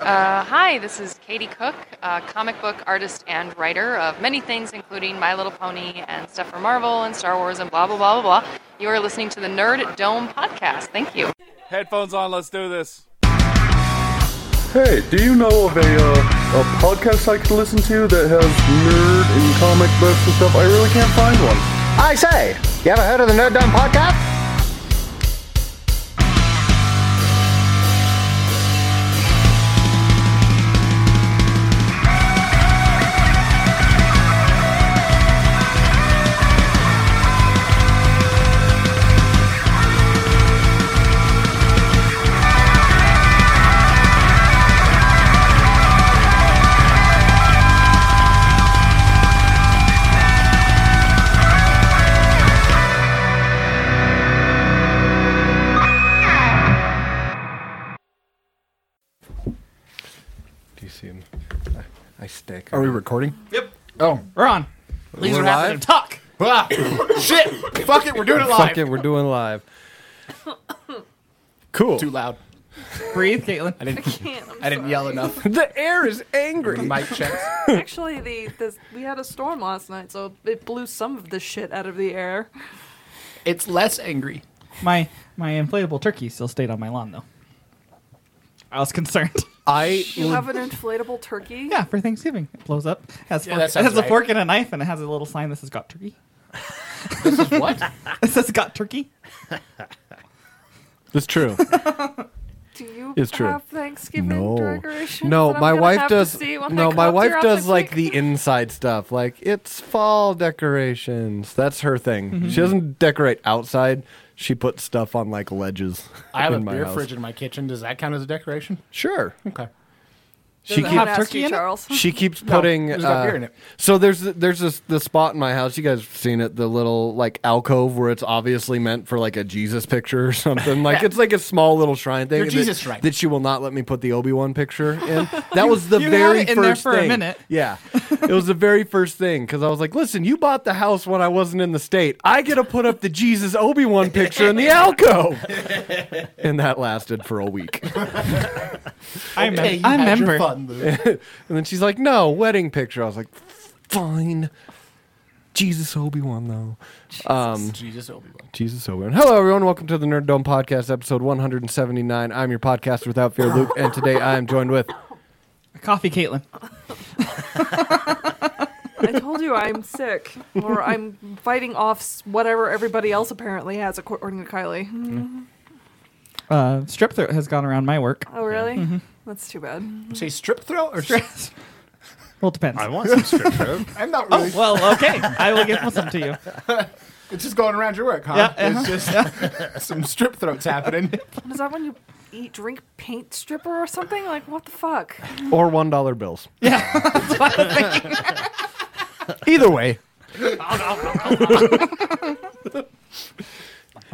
Uh, hi, this is Katie Cook, uh, comic book artist and writer of many things, including My Little Pony and stuff for Marvel and Star Wars and blah, blah, blah, blah, blah. You are listening to the Nerd Dome podcast. Thank you. Headphones on, let's do this. Hey, do you know of a uh, a podcast I can listen to that has nerd and comic books and stuff? I really can't find one. I say, you ever heard of the Nerd Done podcast? Do you see him? I, I stick. Are we recording? We're on. Leaves are happening. live? Talk. Ah, shit. Fuck it. We're doing it live. Fuck it, we're doing live. Cool. Too loud. Breathe, Caitlin. I didn't. can't. I'm I didn't yell enough. The air is angry. Mic checks. sorry. Actually, the, the we had a storm last night, so it blew some of the shit out of the air. It's less angry. My my inflatable turkey still stayed on my lawn though. I was concerned. I You have an inflatable turkey. yeah, for Thanksgiving it blows up. Has, Yeah, fork- that it sounds has right. a fork and a knife, and it has a little sign that says "Got Turkey." What? It says "Got Turkey." It's true. Do you It's true. have Thanksgiving No. decorations? No, that I'm my gonna wife have to does. see when I No, go my up to your wife house does next like week? the inside stuff. Like it's fall decorations. That's her thing. She doesn't decorate outside. She puts stuff on like ledges. I have a in my beer house. fridge in my kitchen. Does that count as a decoration? Sure. Okay. Does She keeps it keep- have turkey turkey, in it? Charles. she keeps putting. there's got uh, beer in it. So there's there's this the spot in my house. You guys have seen it, the little like alcove where it's obviously meant for like a Jesus picture or something. Like it's like a small little shrine thing. Your that- Jesus that, shrine. she will not let me put the Obi Wan picture in. That was the you had very it in there first for a thing. minute. Yeah, it was the very first thing because I was like, listen, you bought the house when I wasn't in the state. I get to put up the Jesus Obi Wan picture in the alcove, and that lasted for a week. I, mem- Hey, you I had your remember. fun, Lou. And then she's like, "No, wedding picture." I was like, "Fine." Jesus Obi Wan though. Jesus Obi Wan. Jesus Obi Wan. Hello everyone, welcome to the Nerd Dome podcast, episode 179. I'm your podcaster without fear, Luke, and today I am joined with Coffee, Caitlin. I told you I'm sick, or I'm fighting off s- whatever everybody else apparently has, according to Kylie. Uh, strip throat has gone around my work. Oh, really? Mm-hmm. That's too bad. Say strip throat or strip? Stress. well, it depends. I want some strip throat. I'm not really. Oh well, okay. I will give some to you. It's just going around your work, huh? Yeah, uh-huh. It's just some strip throats happening. Is that when you eat, drink, paint stripper or something? Like, what the fuck? or one dollar bills. Yeah. Either way.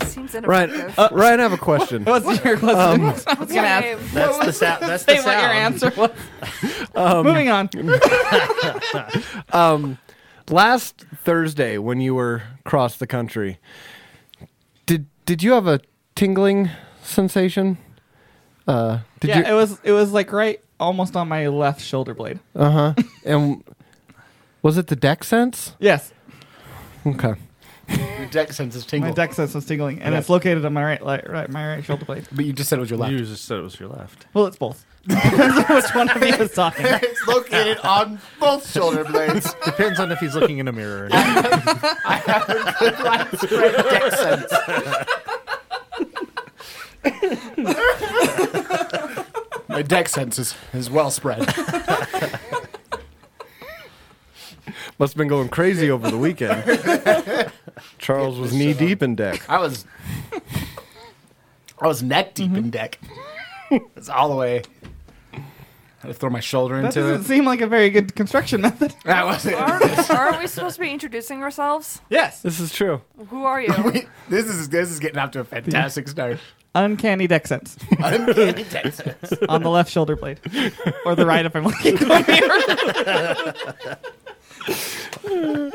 Seems Ryan inappropriate. uh, Ryan, I have a question. What's your question? What's gonna your ask- name? That's the sound. That's the Say Um, what your sound. answer was. Um, Moving on. Last Thursday when you were across the country, did did you have a tingling sensation? Uh did Yeah, you it was it was like right almost on my left shoulder blade. and was it the deck sense? Yes. Okay. Your deck sense is My tingling. deck sense was tingling, and Okay. it's located on my right, right, right, my right shoulder blade. but you just said it was your left. You just said it was your left. Well, it's both. Depends on which one of you is talking. it's located on both shoulder blades. Depends on if he's looking in a mirror. Or not. deck sense. My deck sense is, is well spread. Must have been going crazy over the weekend. Charles was knee deep in deck. I was I was neck deep in deck. It's all the way. I had to throw my shoulder That into doesn't it. seem like a very good construction method. That was it. Aren't, aren't we supposed to be introducing ourselves? Yes. This is true. Who are you? this is this is getting off to a fantastic start. Uncanny deck sense Uncanny deck sense. on the left shoulder blade, or the right if I'm looking in the mirror.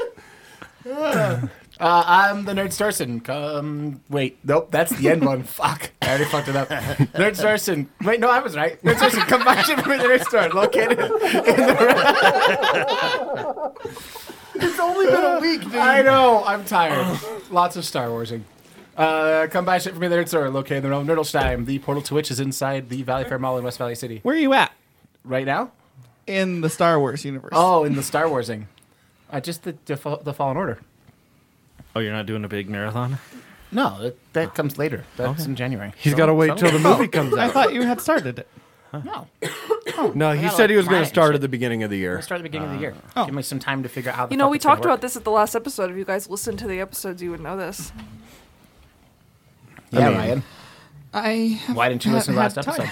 Uh, I'm the Nerd Starson. Come, wait, nope, that's the end one. Fuck, I already fucked it up. Nerd Starson. Wait, no, I was right. Nerd Starson, come by ship for the Nerd Star, located in the. it's only been a week, dude. I know. I'm tired. Lots of Star Warsing. Uh, come by ship for me the Nerd Star, located in the realm of Nerdlstein. The portal to which is inside the Valley Fair Mall in West Valley City. Where are you at? Right now? In the Star Wars universe. Oh, in the Star Warsing. Uh, just the, the fa- the Fallen Order. Oh, you're not doing a big marathon? No, that, that comes later. That's in January. He's got to wait till the movie comes I out. thought you had started it. No. No, I he got, said he like, was going mine. to start at the beginning of the year. Let's start at the beginning of the year. Give me some time to figure out how the You know, fuck we it's gonna talked about work. this at the last episode. If you guys listened to the episodes, you would know this. Yeah, Ryan. I Why didn't you listen to the last episode?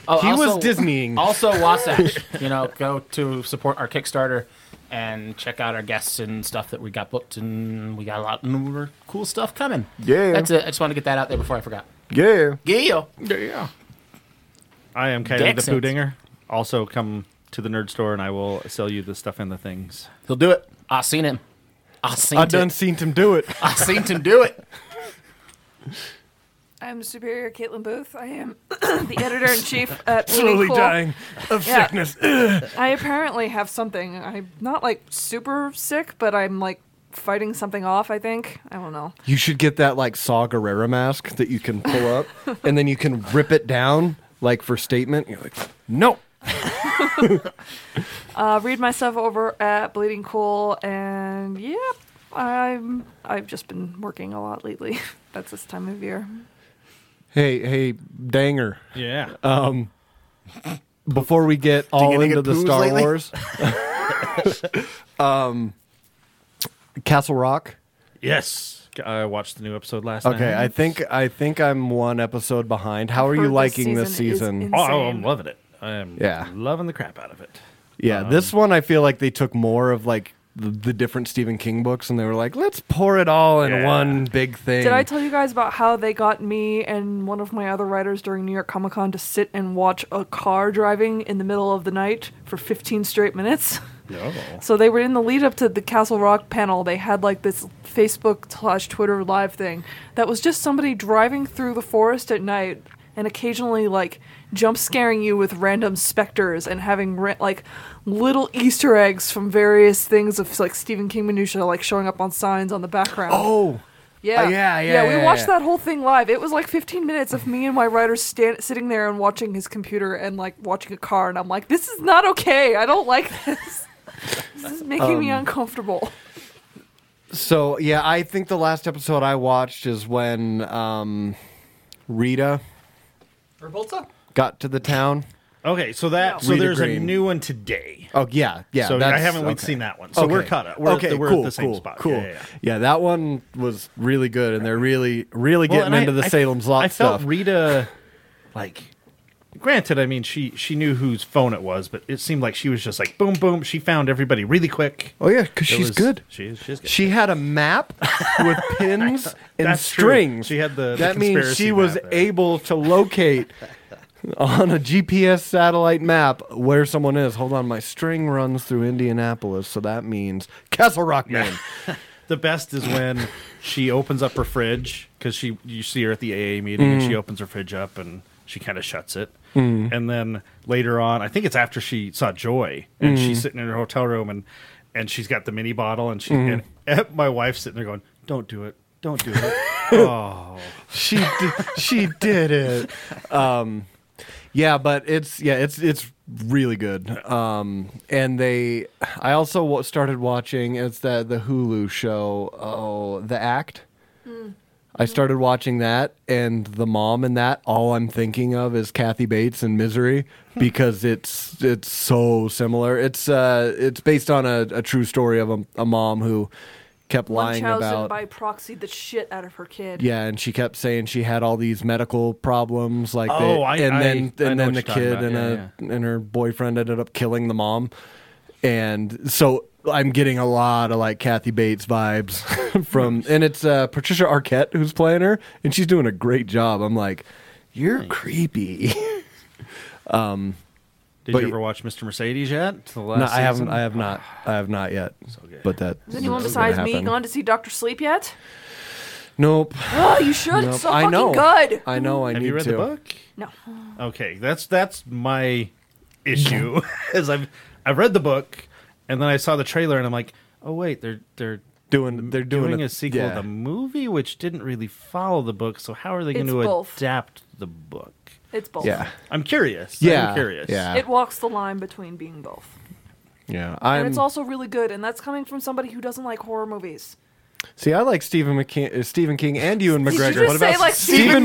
oh, He was also- Disneying. Also, Wasatch. you know, go to support our Kickstarter and check out our guests and stuff that we got booked, and we got a lot more cool stuff coming. Yeah. That's it. I just wanted to get that out there before I forgot. Yeah. Yeah. I am Kylie the Dixons. Pooh Dinger. Also, come to the nerd store and I will sell you the stuff and the things. He'll do it. I seen him. I seen I him. done seen him do it. I seen him do it. I'm Superior Caitlin Booth. I am the editor in chief at Slowly Really Cool. dying of Yeah. sickness. I apparently have something. I'm not like super sick, but I'm like fighting something off. I think. I don't know. You should get that like Saw Gerrera mask that you can pull up, and then you can rip it down like for statement. You're like, no. Uh, read my stuff over at Bleeding Cool, and yeah, I'm. I've just been working a lot lately. That's this time of year. Hey, hey, Danger. Yeah. Before we get all any into good the poos Star lately? Wars, um, Castle Rock. yes. I watched the new episode last night. Okay, I think I think I'm one episode behind. How are you Heard liking this season? is Oh, I'm insane. loving it. I am Yeah. loving the crap out of it. Yeah, this one I feel like they took more of like the, the different Stephen King books and they were like, let's pour it all in Yeah. one big thing. Did I tell you guys about how they got me and one of my other writers during New York Comic Con to sit and watch a car driving in the middle of the night for 15 straight minutes? No. So they were in the lead up to the Castle Rock panel. They had like this Facebook slash Twitter live thing that was just somebody driving through the forest at night and occasionally like jump scaring you with random specters and having ra- like little Easter eggs from various things of like Stephen King minutia like showing up on signs on the background. Oh, Yeah. Uh, yeah, yeah, we yeah, watched yeah. that whole thing live. It was like 15 minutes of me and my writer stand- sitting there and watching his computer and like watching a car. And I'm like, this is not okay. I don't like this. this is making me Um, uncomfortable. so yeah, I think the last episode I watched is when um, Rita Revolta? got to the town. Okay, so that so Rita there's a Green. new one today. Oh yeah, yeah. so I that's- haven't okay. seen that one. So we're caught up. We're, okay, we're cool, at the same cool, spot. Cool. Yeah, yeah, yeah. that one was really good, and they're really, really Well, getting and I- into the I- Salem's Lot I stuff. felt Rita, like, granted, I mean, she she knew whose phone it was, but it seemed like she was just like boom, boom. She found everybody really quick. oh yeah, because It she's was- good. She is. She's good. She had a map with pins and That's true. strings. She had the- the That means conspiracy she was map there. able to locate on a GPS satellite map where someone is. Hold on, my string runs through Indianapolis, so that means Castle Rock, man. the best is when she opens up her fridge because she you see her at the AA meeting and Mm. she opens her fridge up and she kind of shuts it. And then later on, I think it's after she saw Joy and Mm. she's sitting in her hotel room and and she's got the mini bottle and she Mm. and my wife's sitting there going, "Don't do it, don't do it." She did, she did it. Um, yeah, but it's yeah, it's it's really good. Um, and they, I also wa- started watching. It's the the Hulu show. Oh, The Act. I started watching that, and the mom in that. All I'm thinking of is Kathy Bates in Misery because it's it's so similar. It's uh it's based on a, a true story of a, a mom who kept lying Munchausen about by proxy the shit out of her kid. yeah, and she kept saying she had all these medical problems, like Oh, they- I- and I- I then know and what then the you're talking kid about. and Yeah, a, and her boyfriend ended up killing the mom, and so I'm getting a lot of like Kathy Bates vibes from, and it's uh, Patricia Arquette who's playing her, and she's doing a great job. I'm like, you're creepy. Did Did But- you ever watch Mr. Mercedes yet? The No, last I haven't. season? I have not. I have not yet. But that Has anyone is gonna besides me happen. gone to see Doctor Sleep yet? Nope. Oh, you should. Nope. It's so I fucking know. good. I know. I Have need you read to. the book? No. Okay, that's that's my issue. is I've I've read the book, and then I saw the trailer, and I'm like, oh wait, they're they're Doing. They're doing, doing a sequel yeah. to the movie, which didn't really follow the book. So how are they going It's to both. adapt the book? It's both. Yeah. I'm curious. Yeah, I'm curious. yeah. It walks the line between being both. Yeah. I'm. and it's also really good, and that's coming from somebody who doesn't like horror movies. see, I like Stephen McKe- uh, Stephen King and Ewan Did you McGregor. just what about say, like, Stephen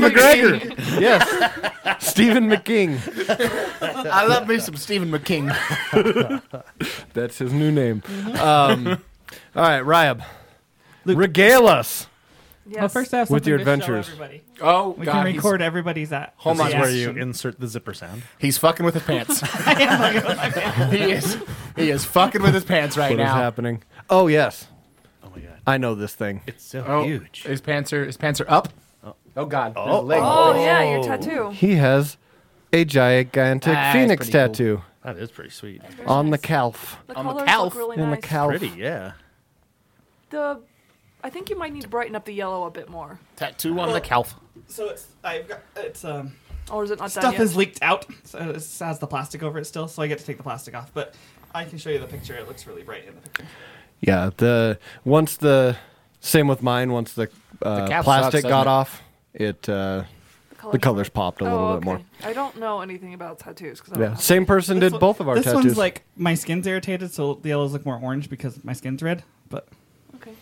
Stephen McGregor? yes. Stephen McKing. I love me some Stephen McKing. That's his new name. Um, all right, Ryab. Regale us. Yes. Well, first I have With something your to show adventures. everybody. Oh, We God, can he's- record everybody's at. Hold This on, is Yeah. where you insert the zipper sound. He's fucking with his pants. he is. He is fucking with his pants right What is now. happening? Oh yes, Oh my god, I know this thing. it's so Oh, huge. His pants are his pants are up. Oh God. there's a leg. Oh, yeah, your tattoo. He has a gigantic Ah, it's phoenix pretty cool. tattoo that is pretty sweet. on the calf. The On the colors calf. look really On the nice. calf. Pretty, yeah. The, I think you might need to brighten up the yellow a bit more, Tattoo on the calf. So it's I've got it's um or is it not done stuff yet? is leaked out. So it has the plastic over it still. So I get to take the plastic off, but. I can show you the picture. It looks really bright in the picture. Yeah. The once the same with mine. Once the, uh, calf plastic sucks, doesn't got it? off, it uh, colors the colors popped a Oh, little okay. bit more. I don't know anything about tattoos because Yeah. Same person did both of our this tattoos. one's like my skin's irritated, so the yellows look more orange because my skin's red. But Okay.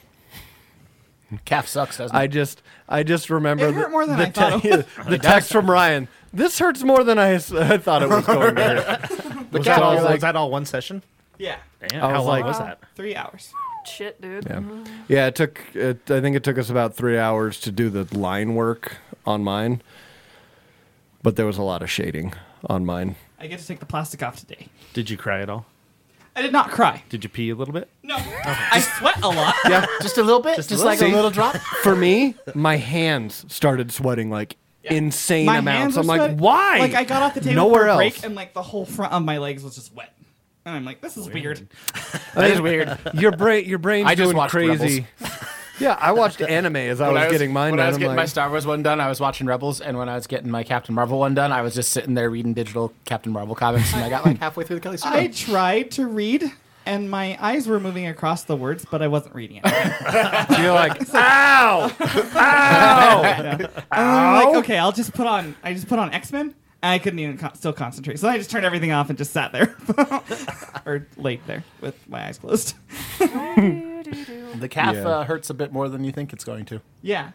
Calf sucks, doesn't I it? just I just remember It hurt the- more than the I thought te- the text from Ryan. This hurts more than I, s- I thought it was going to hurt. Was cat that, all, Oh, was like- was that all one session? yeah, Damn, I how was long like- was that? three hours. Shit, dude. Yeah. Yeah, it took. It, I think it took us about three hours to do the line work on mine, but there was a lot of shading on mine. I get to take the plastic off today. Did you cry at all? I did not cry. Did you pee a little bit? No, I sweat a lot. Yeah, Just a little bit. Just, little- like See? a little drop. for me, my hands started sweating like insane My amounts. hands I'm were like, sweating. why? Like I got off the table Nowhere for a break, else. and like the whole front of my legs was just wet. And I'm like, this is weird. That is weird. your brain, your brain's I just doing watched crazy. yeah, I watched anime as I was, getting mine. When done. I was I'm getting like, my Star Wars one done, I was watching Rebels, and when I was getting my Captain Marvel one done, I was just sitting there reading digital Captain Marvel comics, and I got like halfway through the Kelly Sue. I one. tried to read, and my eyes were moving across the words, but I wasn't reading Oh. it. You're like, ow! I'm like, okay, I'll just put on. I just put on X Men, and I couldn't even con- still concentrate. So I just turned everything off and just sat there, or laid there with my eyes closed. The calf Yeah. uh, hurts a bit more than you think it's going to. Yeah,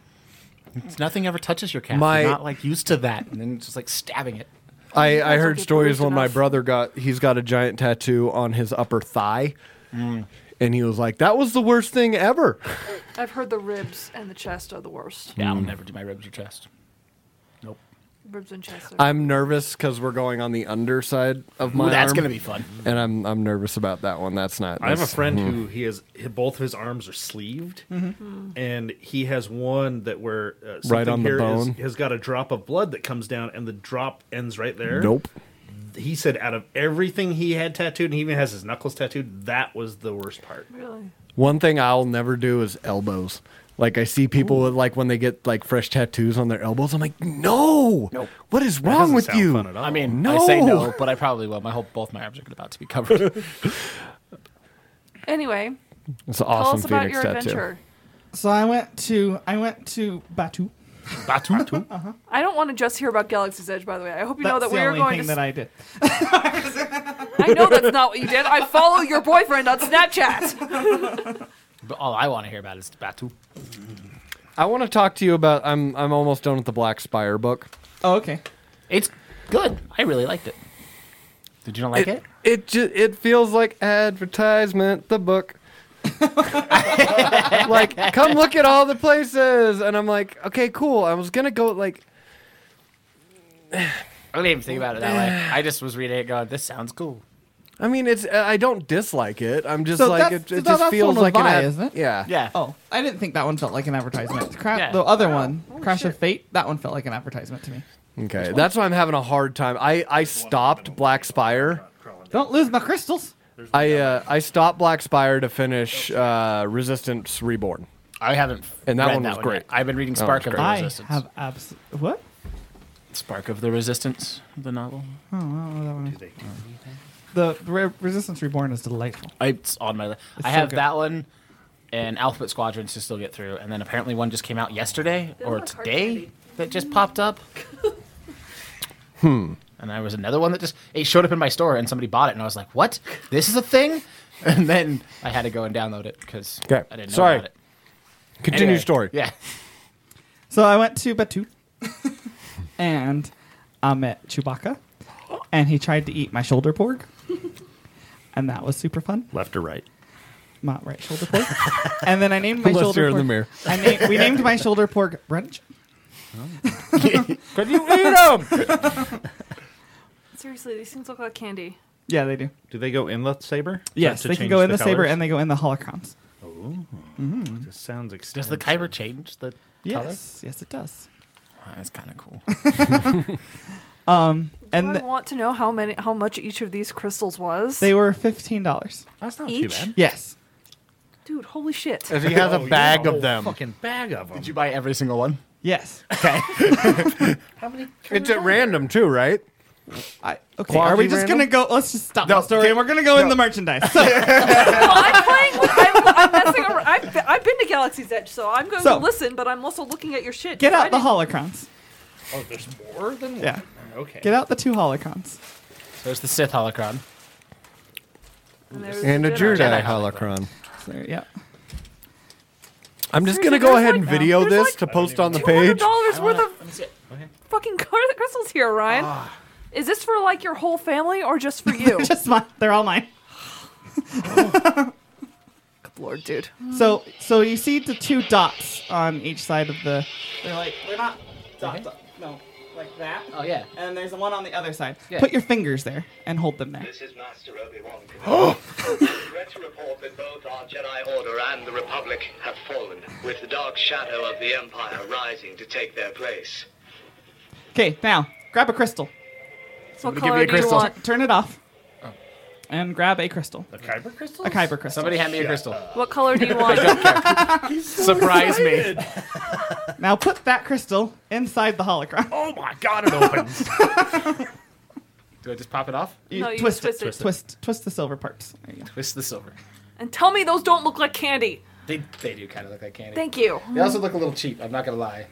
It's, nothing ever touches your calf. Mm. My- You're not like used to that, and then it's just like stabbing it. I, I That's heard okay, stories proof when my enough. brother got he's got a giant tattoo on his upper thigh. Mm. And he was like, "That was the worst thing ever." I've heard the ribs and the chest are the worst. Yeah, Mm. I'll never do my ribs or chest. Nope. Ribs and chest. Are I'm nervous because we're going on the underside of my Ooh, that's arm, gonna be fun. and I'm I'm nervous about that one. That's not. I have a that's- friend who he has hi- both of his arms are sleeved, and he has one that where uh, Mm-hmm. Right something on the here is- bone. has got a drop of blood that comes down, and the drop ends right there. Nope. He said out of everything he had tattooed, and he even has his knuckles tattooed. That was the worst part. really. One thing I'll never do is elbows. Like I see people with, like when they get like fresh tattoos on their elbows, I'm like, "No, Nope. what is That wrong doesn't with sound you?" fun at all. I mean, No. I say no, but I probably will. My whole both my arms are about to be covered. Anyway, It's an tell awesome us about Phoenix your tattoo. adventure. So I went to I went to Batu. Batu. I don't want to just hear about Galaxy's Edge, by the way. I hope you know that That's we the are only going thing to. that I did. I know that's not what you did. I follow your boyfriend on Snapchat. But all I want to hear about is Batu. I want to talk to you about. I'm I'm almost done with the Black Spire book. Oh, okay. It's good. I really liked it. Did you not like it? It ju- it feels like advertisement. The book. like, come look at all the places, and I'm like, okay, cool. I was gonna go like, I didn't even think about it that way. I just was reading it, going, "This sounds cool." I mean, it's I don't dislike it. I'm just So like, that's- it, it so just that's feels one of like an Vi, ad- isn't it? Yeah, Yeah. Oh, I didn't think that one felt like an advertisment. Cra- Yeah. The other one, Oh, Crash of Fate, that one felt like an advertisement to me. Okay, that's why I'm having a hard time. I I stopped Black Spire Don't lose my crystals. I uh, I stopped Black Spire to finish uh, Resistance Reborn. I haven't. And that read one that was one great. yet. I've been reading That Spark of one was the I Resistance. have abs. What? Spark of the Resistance, the novel. Oh, I don't know that one. The Re- Resistance Reborn is delightful. I, it's on my. li- It's I so have good. that one, and Alphabet Squadrons to still get through, and then apparently one just came out yesterday or want hard today candy. that just popped up. hmm. Hmm. And there was another one that just it showed up in my store, and somebody bought it, and I was like, "What? This is a thing?" And then I had to go and download it because I Okay. didn't know Sorry. about it. Continue Anyway, story. Yeah. So I went to Batu, and I met Chewbacca, and he tried to eat my shoulder pork, and that was super fun. Left or right? My right shoulder pork, and then I named my Unless shoulder you're in pork. the mirror. I named, we named my shoulder pork Wrench. Can you eat them? Seriously, these things look like candy. Yeah, they do. Do they go in the saber? Is Yes, that to they can change go in the, saber colours? and they go in the holocrons. This sounds Does extensive. the Kyber change the Yes, yes, it does. color? That's kind of cool. Um, Do and I want to know how many, how much each of these crystals was. they were fifteen dollars. That's not each? too bad. Yes. Dude, holy shit! As he has Oh, a yeah, bag whole of them. Fucking bag of them. Did you buy every single one? Yes. It's at random too, right? I, okay. Quality are we just random? gonna go? Let's just stop No, the story. okay, and we're gonna go in the merchandise. So, well, I'm playing. With, I'm, I'm messing around. I've, been- I've been to Galaxy's Edge, so I'm going So- to listen, but I'm also looking at your shit. get I out the didn't- holocrons. oh, there's more than one. Yeah. Okay. Get out the two holocrons. There's the Sith holocron. And, there's And a Jedi. Jedi holocron. So, yeah. I'm just Seriously, gonna go there's ahead like- and video there's this like to post on the Two hundred page. dollars worth of Let me see it. fucking car- crystals here, Ryan. Is this for like your whole family or just for you? Just mine. They're all mine. Lord, dude. So so you see the two dots on each side of the. They're like they're not dot, Okay. dot no like that. Oh yeah. And there's the one on the other side. Yeah. Put your fingers there and hold them there. This is Master Obi-Wan Kenobi. Regret to report that both our Jedi Order and the Republic have fallen, with the dark shadow of the Empire rising to take their place. Okay, now grab a crystal. What give me color a do you crystal. want? Turn it off. Oh. And grab a crystal. The Kyber crystal? A kyber crystal. Somebody hand me a crystal. What color do you want? Surprise me. Now put that crystal inside the holocron. Oh my god, it opens. Do I just pop it off? You No, you twist, twist it. it. Twist twist the silver parts. There you go. Twist the silver. and tell me those don't look like candy. They, they do kind of look like candy. Thank you. They also look a little cheap. I'm not gonna lie.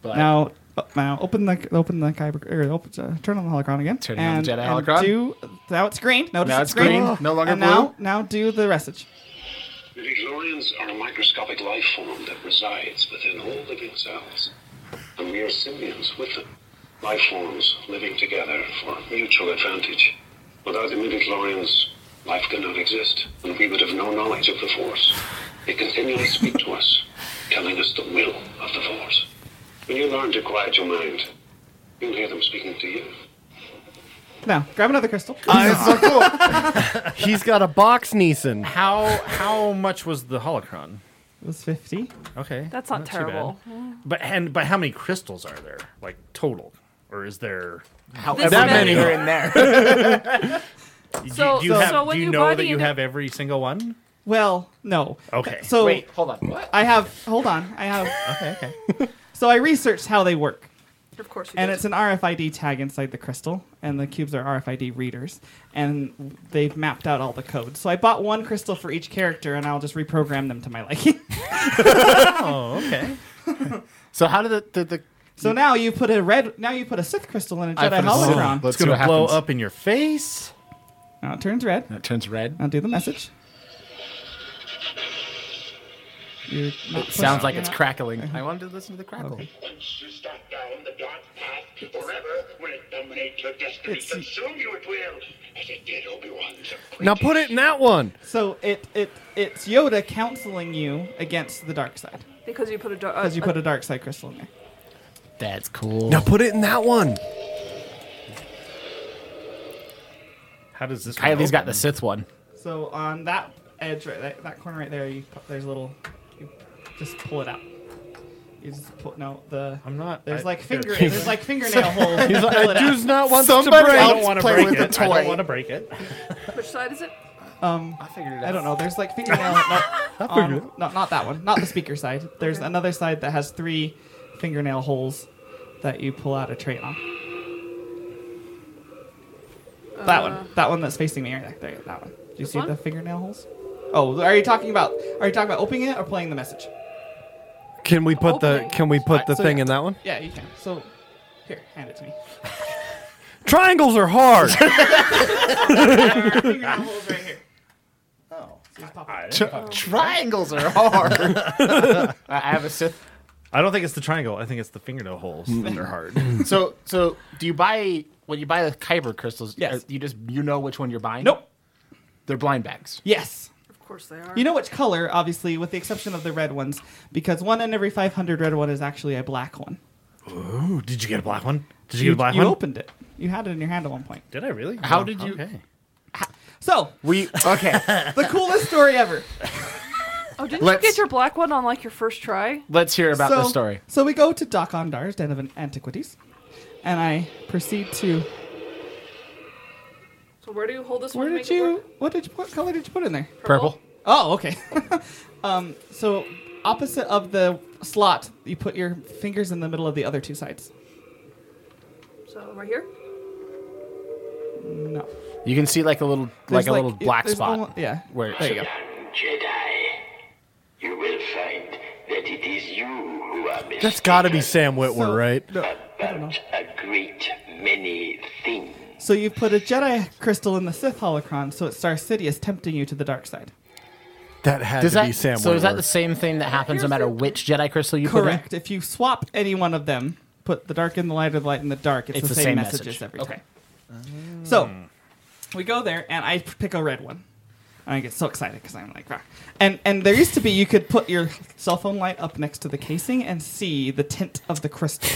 But Now, oh, now open the open the kyber. Or open, uh, turn on the holocron again. Turn on the And- Jedi and holocron. Do now it's green. Notice Now it's, it's green, no longer and blue. Now now do the message. The Lorans are a microscopic life form that resides within all living cells, and we are symbionts with them. Life forms living together for mutual advantage. Without the midichlorians, life could not exist, and we would have no knowledge of the Force. They continually speak to us, telling us the will of the Force. When you learn to quiet your mind, you'll hear them speaking to you. Now grab another crystal. He's got a box, Neeson. How how much was the holocron? It was fifty. Okay. That's not too bad. terrible. But and but how many crystals are there? Like total? Or is there however That many. are in there. do, So- do you, so- have, so when do you, you buy know the that you indi- have every single one? Well, no. Okay. So Wait, hold on. What? I have. Hold on. I have. okay. Okay. so I researched how they work. Of course you and did. it's an RFID tag inside the crystal, and the cubes are RFID readers, and they've mapped out all the codes. So I bought one crystal for each character, and I'll just reprogram them to my liking. Oh, okay. So how did the, the, the so now you put a red, now you put a Sith crystal in a I Jedi put a Sith holocron. one. It's gonna what blow happens. up in your face. Now it turns red. it turns red? Now do the message. You're not It sounds pushing- like you're it's not- crackling. I wanted to listen to the crackle. Okay. Once you start down the dark path, forever will it dominate your destiny, It's- consume you it will, as it did Obi-Wan's. Now put it in that one. So it it it's Yoda counseling you against the dark side because you put a, do- a, because you put a dark side crystal in there. That's cool. Now put it in that one. How does this one Kylie's got open? the Sith one. So on that edge, right, that, that corner right there, you, pu- there's a little. You just pull it out. You just put no the. I'm not. There's I- like here. finger. there's like fingernail holes. He's to like, fill I it do out. not want to Somebody break. else I don't wanna play break with it. the I don't toy. wanna break it. Which side is it? Um, I figured I don't know. There's like fingernail. no, I figured um, no, not that one. Not the speaker side. There's another side that has three fingernail holes that you pull out a tray on. That Uh. one. That one that's facing me right there. That one. Do you This see one? the fingernail holes? Oh, are you talking about? Are you talking about opening it or playing the message? Can we put the Opening. Can we put Alright, the so thing yeah. in that one? Yeah, you can. So, here, hand it to me. Triangles are hard. Fingernail holes right here. Oh, so just pop it. Tri- triangles Oh. are hard. I I have a Sith. I don't think it's the triangle. I think it's the fingernail holes. Mm. They're hard. so so do you buy when you buy the kyber crystals? Yes. You just you know which one you're buying. Nope. They're blind bags. Yes. Of course they are. You know which color, obviously, with the exception of the red ones, because one in every 500 red one is actually a black one. Ooh, did you get a black one? Did you, get a black you one? opened it. You had it in your hand at one point. Did I really? How No. did you- Okay. So we okay. the coolest story ever. Oh, didn't Let's- you get your black one on like your first try? Let's hear about so, this story. So we go to Doc Ondar's Den of Antiquities, and I proceed to. So where do you hold this Where one? to did make it you? What did you? What color did you put in there? Purple. Oh, okay. um, so opposite of the slot, you put your fingers in the middle of the other two sides. work? So right here. No. You can see like a little like There's a little like- black there's spot. almo- yeah. Where There you go. Jedi, you will find that it is you who are That's got to be Sam Witwer, right? about a great many things. So you've put a Jedi crystal in the Sith holocron, so it's Star Sidious tempting you to the dark side. That had Does to that, be Sam so is that Witwer. the same thing that happens no matter which Jedi crystal you Correct. If you swap any one of them, put the dark in the light or the light in the dark, it's, the, same, messages message. every Okay. time. So we go there, and I pick a red one. And I get so excited because I'm like, "Rah." and and there used to be you could put your cell phone light up next to the casing and see the tint of the crystal.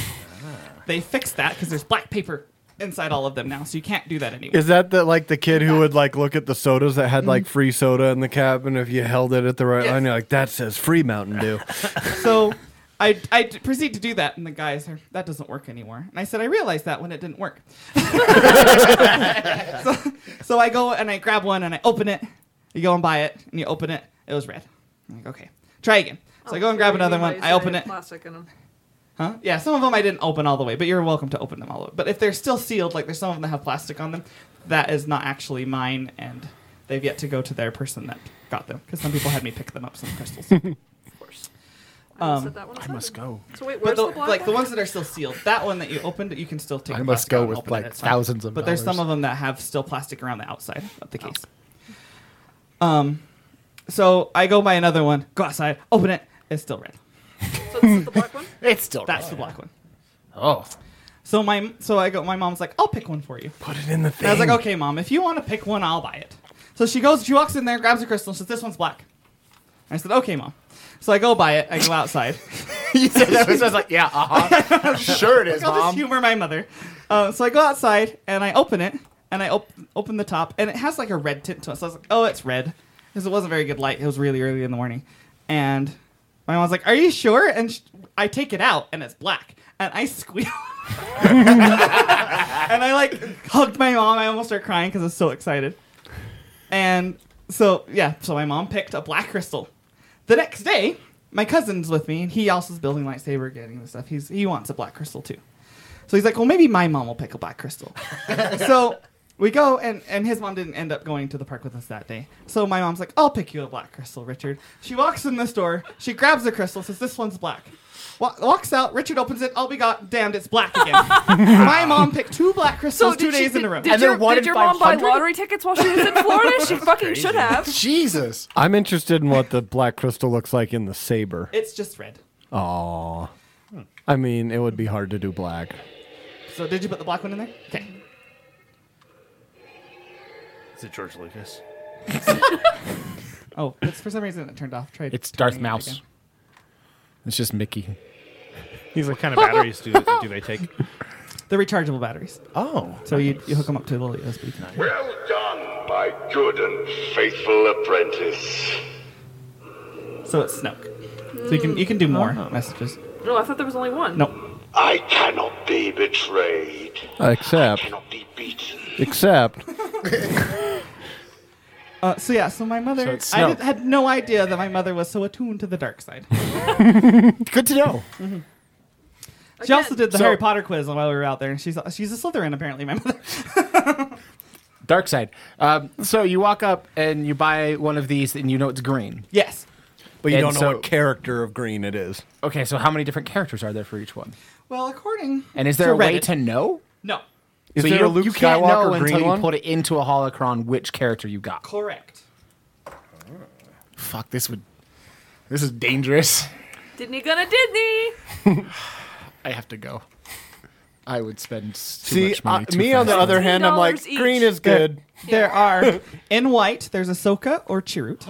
They fixed that because there's black paper inside all of them now, so you can't do that anymore. Is that the like the kid who would like look at the sodas that had like free soda in the cap, and if you held it at the right line, you're like, that says free Mountain Dew. so I, I d- proceed to do that, and the guys are, that doesn't work anymore. And I said, I realized that when it didn't work. so, so I go and I grab one and I open it. You go and buy it, and you open it. It was red. I'm like, okay, try again. So I go and Oh, grab another one. I open it. Plastic in 'em. Huh? Yeah, some of them I didn't open all the way, but you're welcome to open them all the way. But if they're still sealed, like there's some of them that have plastic on them, that is not actually mine, and they've yet to go to their person that got them. Because some people had me pick them up, some crystals. of course. I Um, said that one was go. So wait, where's but the black like the one? ones that are still sealed, that one that you opened, you can still take. I the must plastic go out and with, open it, like, it's fine. thousands of Oh. But there's some dollars. of them that have still plastic around the outside of the case. Um, so I go buy another one, go outside, open it, it's still red. Oh, So this is the black one. It's still That's the black one. Oh. So my so I go. My mom's like, "I'll pick one for you." Put it in the I was like, thing. "Okay, mom, if you want to pick one, I'll buy it." So she goes. She walks in there, grabs a crystal, and says, "This one's black." I said, "Okay, mom." So I go buy it. I go outside. you said that was- I was like, "Yeah, uh-huh. Sure it is, I'll Mom." just humor my mother. Uh, so I go outside and I open it and I op- open the top and it has like a red tint to it. So I was like, "Oh, it's red," because it wasn't very good light. It was really early in the morning, and my mom's like, "Are you sure?" And sh- I take it out and it's black, and I squeal. and I like hugged my mom. I almost started crying because I was so excited. And so yeah, so my mom picked a black crystal. The next day, my cousin's with me, and he also is building lightsaber, getting this stuff. He's he wants a black crystal too. So he's like, well, maybe my mom will pick a black crystal. so we go, and, and his mom didn't end up going to the park with us that day. So my mom's like, I'll pick you a black crystal, Richard. She walks in the store, she grabs the crystal, says, This one's black. Wa- walks out, Richard opens it, I'll be god damned, it's black again. my mom picked two black crystals Oh, did two she- days in did- a row. Did your, did your mom buy lottery tickets while she was in Florida? She fucking should have. Jesus. I'm interested in what the black crystal looks like in the saber. It's just red. Aw. I mean, it would be hard to do black. So did you put the black one in there? Okay. Is it George Lucas? Oh, it's for some reason it turned off. Try It's turning Darth it Mouse. again. It's just Mickey. He's like, kind of batteries do do they take? They're rechargeable batteries. Oh. So you, you hook them up to the little USB. thing. Well done, my good and faithful apprentice. So it's Snoke. So you can you can do more messages. No, I thought there was only one. I cannot be betrayed. Oh, Uh, Except. Except. Uh, so yeah, so my So mother, it's I snow. did, had no idea that my mother was so attuned to the dark side. Good to know. Mhm. She also did the So- Harry Potter quiz while we were out there, and she's she's a Slytherin apparently. My mother. Dark side. Um, so you walk up and you buy one of these, and you know it's green. Yes. But you And don't know so- what character of green it is. Okay, so how many different characters are there for each one? Well, according And is there to a way Reddit- to know? No. Is So there you, a Luke you can't know Skywalker until green you one? put it into a holocron which character you got. Correct. Fuck, this would. This is dangerous. Disney gonna Disney. I have to go. I would spend s- too See, much money. uh, too me on fast. the other hand, I'm like, $15 green is There- good. There are in white. There's Ahsoka or Chirrut.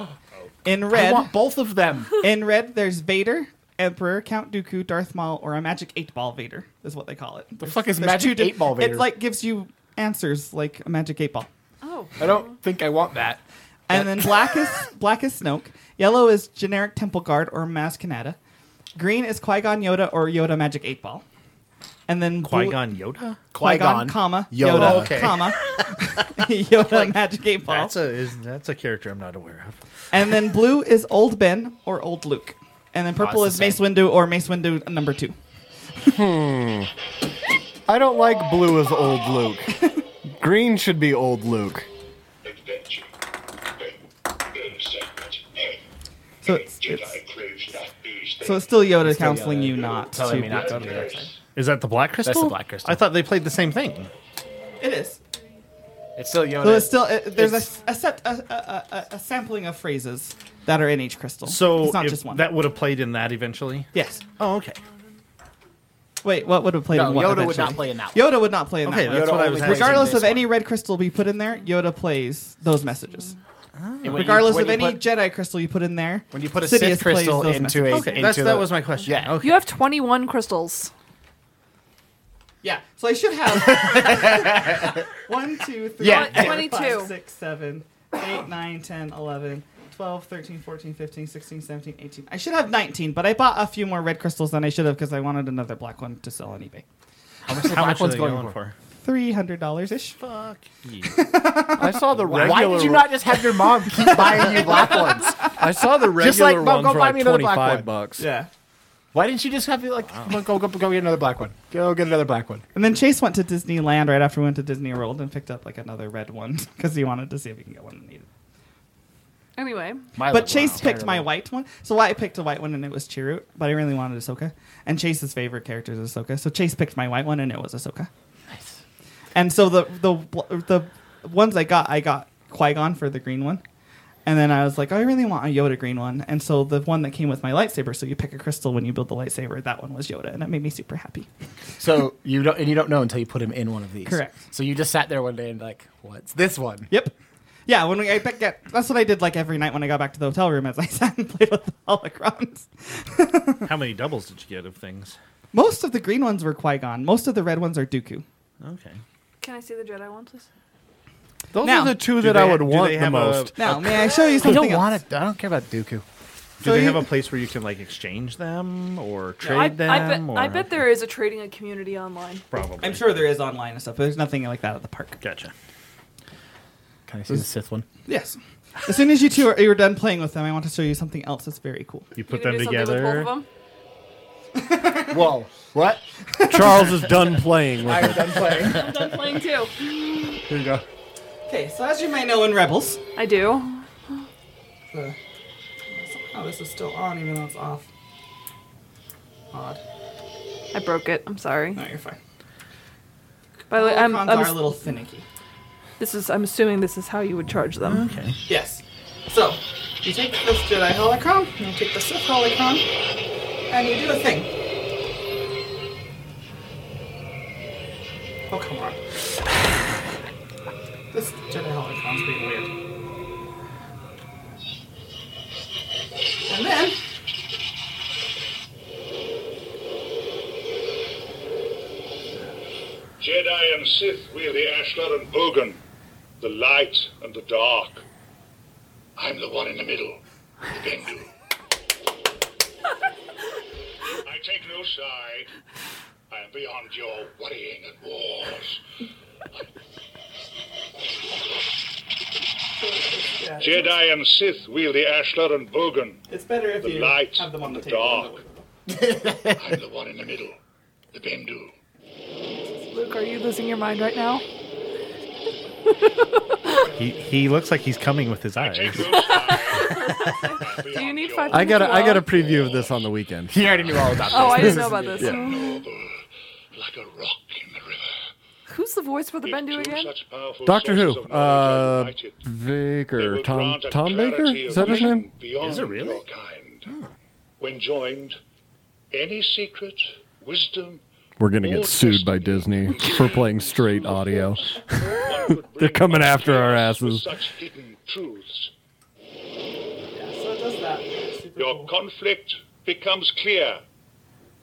In red, Oh. want both of them. In red, there's Vader, Emperor, Count Dooku, Darth Maul, or a Magic Eight Ball Vader is what they call it. The fuck is Magic Eight Ball Vader? It like gives you answers like a Magic Eight Ball. Oh. I don't think I want that. And then black is black is Snoke. Yellow is generic Temple Guard or Maz Kanata. Green is Qui Gon Yoda or Yoda Magic Eight Ball. And then blue- Qui-Gon Yoda? Qui Gon, Qui-Gon comma Yoda. Yoda, Oh, okay. comma Yoda Magic Eight Ball. That's a is, that's a character I'm not aware of. And then blue is Old Ben or Old Luke. And then Oh, purple it's is the Mace Windu or Mace Windu number two. Hmm. I don't like blue as old Luke. green should be old Luke. So it's, So it's still Yoda counseling you not Telling to. me not to go to the dark side. Is that the Black Crystal? Black Crystal. I thought they played the same thing. It is. It's still Yoda. So it's still it, there's a, a, set, a, a, a, a sampling of phrases that are in each crystal. So it's not if just one. That would have played in that eventually. yes. Oh, okay. Wait, what would have played No, in what? Yoda would eventually? not play in that Yoda would not play in Okay, that. that's one. what I was asking. Regardless of This any red crystal we put in there, Yoda plays those messages. you- Regardless when of you any put- Jedi crystal you put in there, When you put a Sidious Sith crystal plays those into a- messages. Okay, that's- into that the- was my question. Yeah. You have 21 crystals. Yeah, so I should have one, two, three, Yeah. four, 22. five, six, seven, eight, nine, 10, 11, 12, 13, 14, 15, 16, 17, 18. I should have 19, but I bought a few more red crystals than I should have because I wanted another black one to sell on eBay. How much, the How black much are one's they going, going for? $300 ish. Fuck. I saw the Why regular. why did you not just have your mom keep buying you black ones? I saw the regular Just like, one Mom, go for buy like me another black 25 one. bucks. Yeah. Why didn't you just have it like "Mom, go, go go get another black one? Go get another black one. And then Chase went to Disneyland right after we went to Disney World and picked up like another red one because he wanted to see if he can get one that needed. Anyway. but Chase picked my white one. So why I picked a white one and it was Chirrut, but I really wanted Ahsoka. And Chase's favorite character is Ahsoka. So Chase picked my white one and it was Ahsoka. Nice. And so the the the ones I got, I got Qui-Gon for the green one. And then I was like, I really want a Yoda green one. And so the one that came with my lightsaber, so you pick a crystal when you build the lightsaber, that one was Yoda. And that made me super happy. So you don't and you don't know until you put him in one of these. Correct. So you just sat there one day and like, what's this one? Yep. Yeah, when we I picked up, that's what I did like every night when I got back to the hotel room as I sat and played with the holocrons. How many doubles did you get of things? Most of the green ones were Qui Gon. Most of the red ones are Dooku. Okay. Can I see the Jedi one, please? Those Now- are the two Do that they I ha- would do want they the have a- most. Now, may I show you I something don't want else? it. I don't care about Dooku. Do So they you- have a place where you can like exchange them or trade I, them? I, bet, or... I bet there is a trading a community online. Probably. I'm sure there is online and stuff, but there's nothing like that at the park. Gotcha. Can I see the Sith one? Yes. As soon as you two are, you were done playing with them, I want to show you something else that's very cool. You You gonna do something with both Whoa. What? Charles is done playing with I'm it. done playing. of them? I'm done playing too. Here you go. Okay, so as you might know in Rebels, I do. the, oh, Uh, this is still on even though it's off. Odd. I broke it. I'm sorry. No, you're fine. By the way, I'm, Holocrons I'm are a little finicky. This is. I'm assuming this is how you would charge them. Okay. Yes. So, you take this Jedi holocron, you take the Sith holocron, and you do a thing. Oh, come on. This Jedi holocron's being weird. And then. Jedi and Sith wield the ashlar and bogan, the light and the dark. I'm the one in the middle, the Bendu. I take no side. I am beyond your worrying and wars. Jedi and Sith wield the ashlar and bogan. It's better if the you light have them on and the the table. dark. I'm the one in the middle, the Bendu. Luke, are you losing your mind right now? He he looks like he's coming with his eyes. Do you need five? I got a, minutes I got a alone? preview of this on the weekend. He already knew all about Oh, I didn't know about this. Yeah. Who's the voice for the Bendu again? Doctor Who, uh, Baker, Tom Tom Baker, is that his name? Beyond Your kind. When joined, any secret, wisdom, We're gonna get sued by Disney for playing straight audio. They're coming after our asses. such hidden truths. So it does that. Your conflict becomes clear.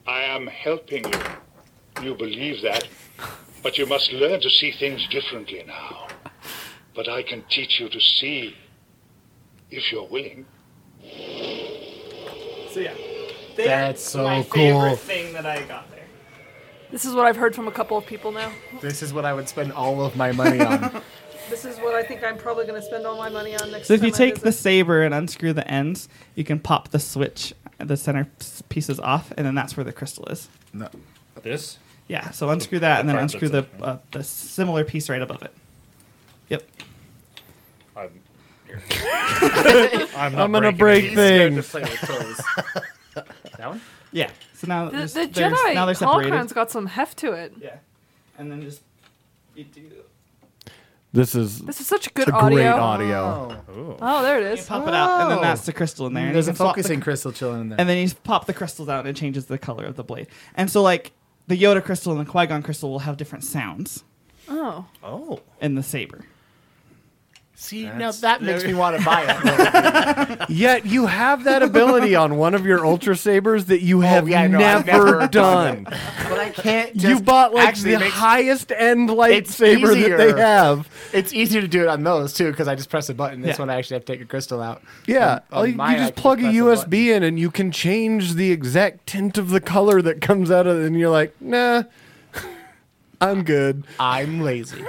I am helping you. You believe that, but you must learn to see things differently now. But I can teach you to see, if you're willing. So yeah. That's so my cool. favorite thing that I got there. This is what I've heard from a couple of people now. This is what I would spend all of my money on. This is what I think I'm probably going to spend all my money on next So if time you I take visit. the saber and unscrew the ends, you can pop the switch, the center pieces off, and then that's where the crystal is. No. This? Yeah. So unscrew that, and then Part unscrew the that's uh, the similar piece right above it. Yep. I'm, I'm not gonna breaking break it. things. that one? Yeah. So now The, there's- the there's- Jedi now they're separated. holocron's got some heft to it. Yeah, and then just you do. This is This is such good a audio. Great audio. Oh, there it is. You pop it out, and then that's the crystal in there. and There's you a can swap focusing the, crystal chilling in there. And then you pop the crystals out, and it changes the color of the blade. And so, like the Yoda crystal and the Qui Gon crystal will have different sounds Oh. Oh. in the saber. See, now That's- that makes me want to buy it. Yet you have that ability on one of your ultra sabers that you have Oh, yeah, I know, never, I've never done done. but I can't. Just, you bought like Actually, the it makes- highest end It's lightsaber that easier. they have. It's easier to do it on those too because I just press a button. This Yeah. one I actually have to take a crystal out. Yeah, On- on all you, you mine, I just can plug a press USB in and you can change the exact tint of the color that comes out of it, and you're like, nah, I'm good. I'm lazy.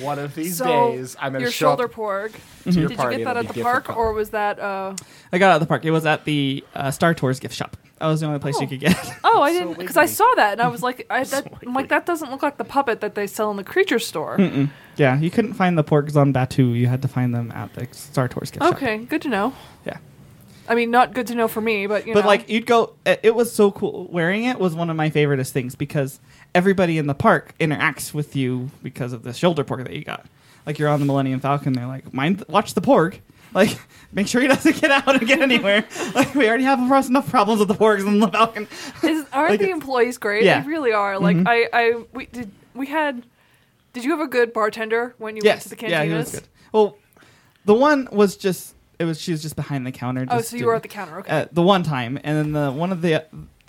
one of these so days I'm gonna your show shoulder up. porg. your Did you party, get that it'll at be the different park, or was that? Uh... I got out of the park. It was at the uh, Star Tours gift shop. That was the only place you could get. Oh, I didn't because I saw that and I was like, I, that, I'm like that doesn't look like the puppet that they sell in the creature store. Mm-mm. Yeah, you couldn't find the porgs on Batu. You had to find them at the Star Tours gift shop. Okay, good to know. Yeah. I mean, not good to know for me, but you but know. like you'd go it it was so cool wearing it was one of my favoriteest things because everybody in the park interacts with you because of the shoulder porg that you got like you're on the millennium falcon they're like mind watch the porg like make sure he doesn't get out and get anywhere like we already have enough problems with the porgs and the falcon Is, aren't Like the it's- employees great? Yeah. They really are. Like Mhm. I, I, we did. We had. Did you have a good bartender when you went to the cantinas? yeah he was good well the one was just it was she was just behind the counter Oh, just so you were doing- at the counter, okay. uh, the one time and then the one of the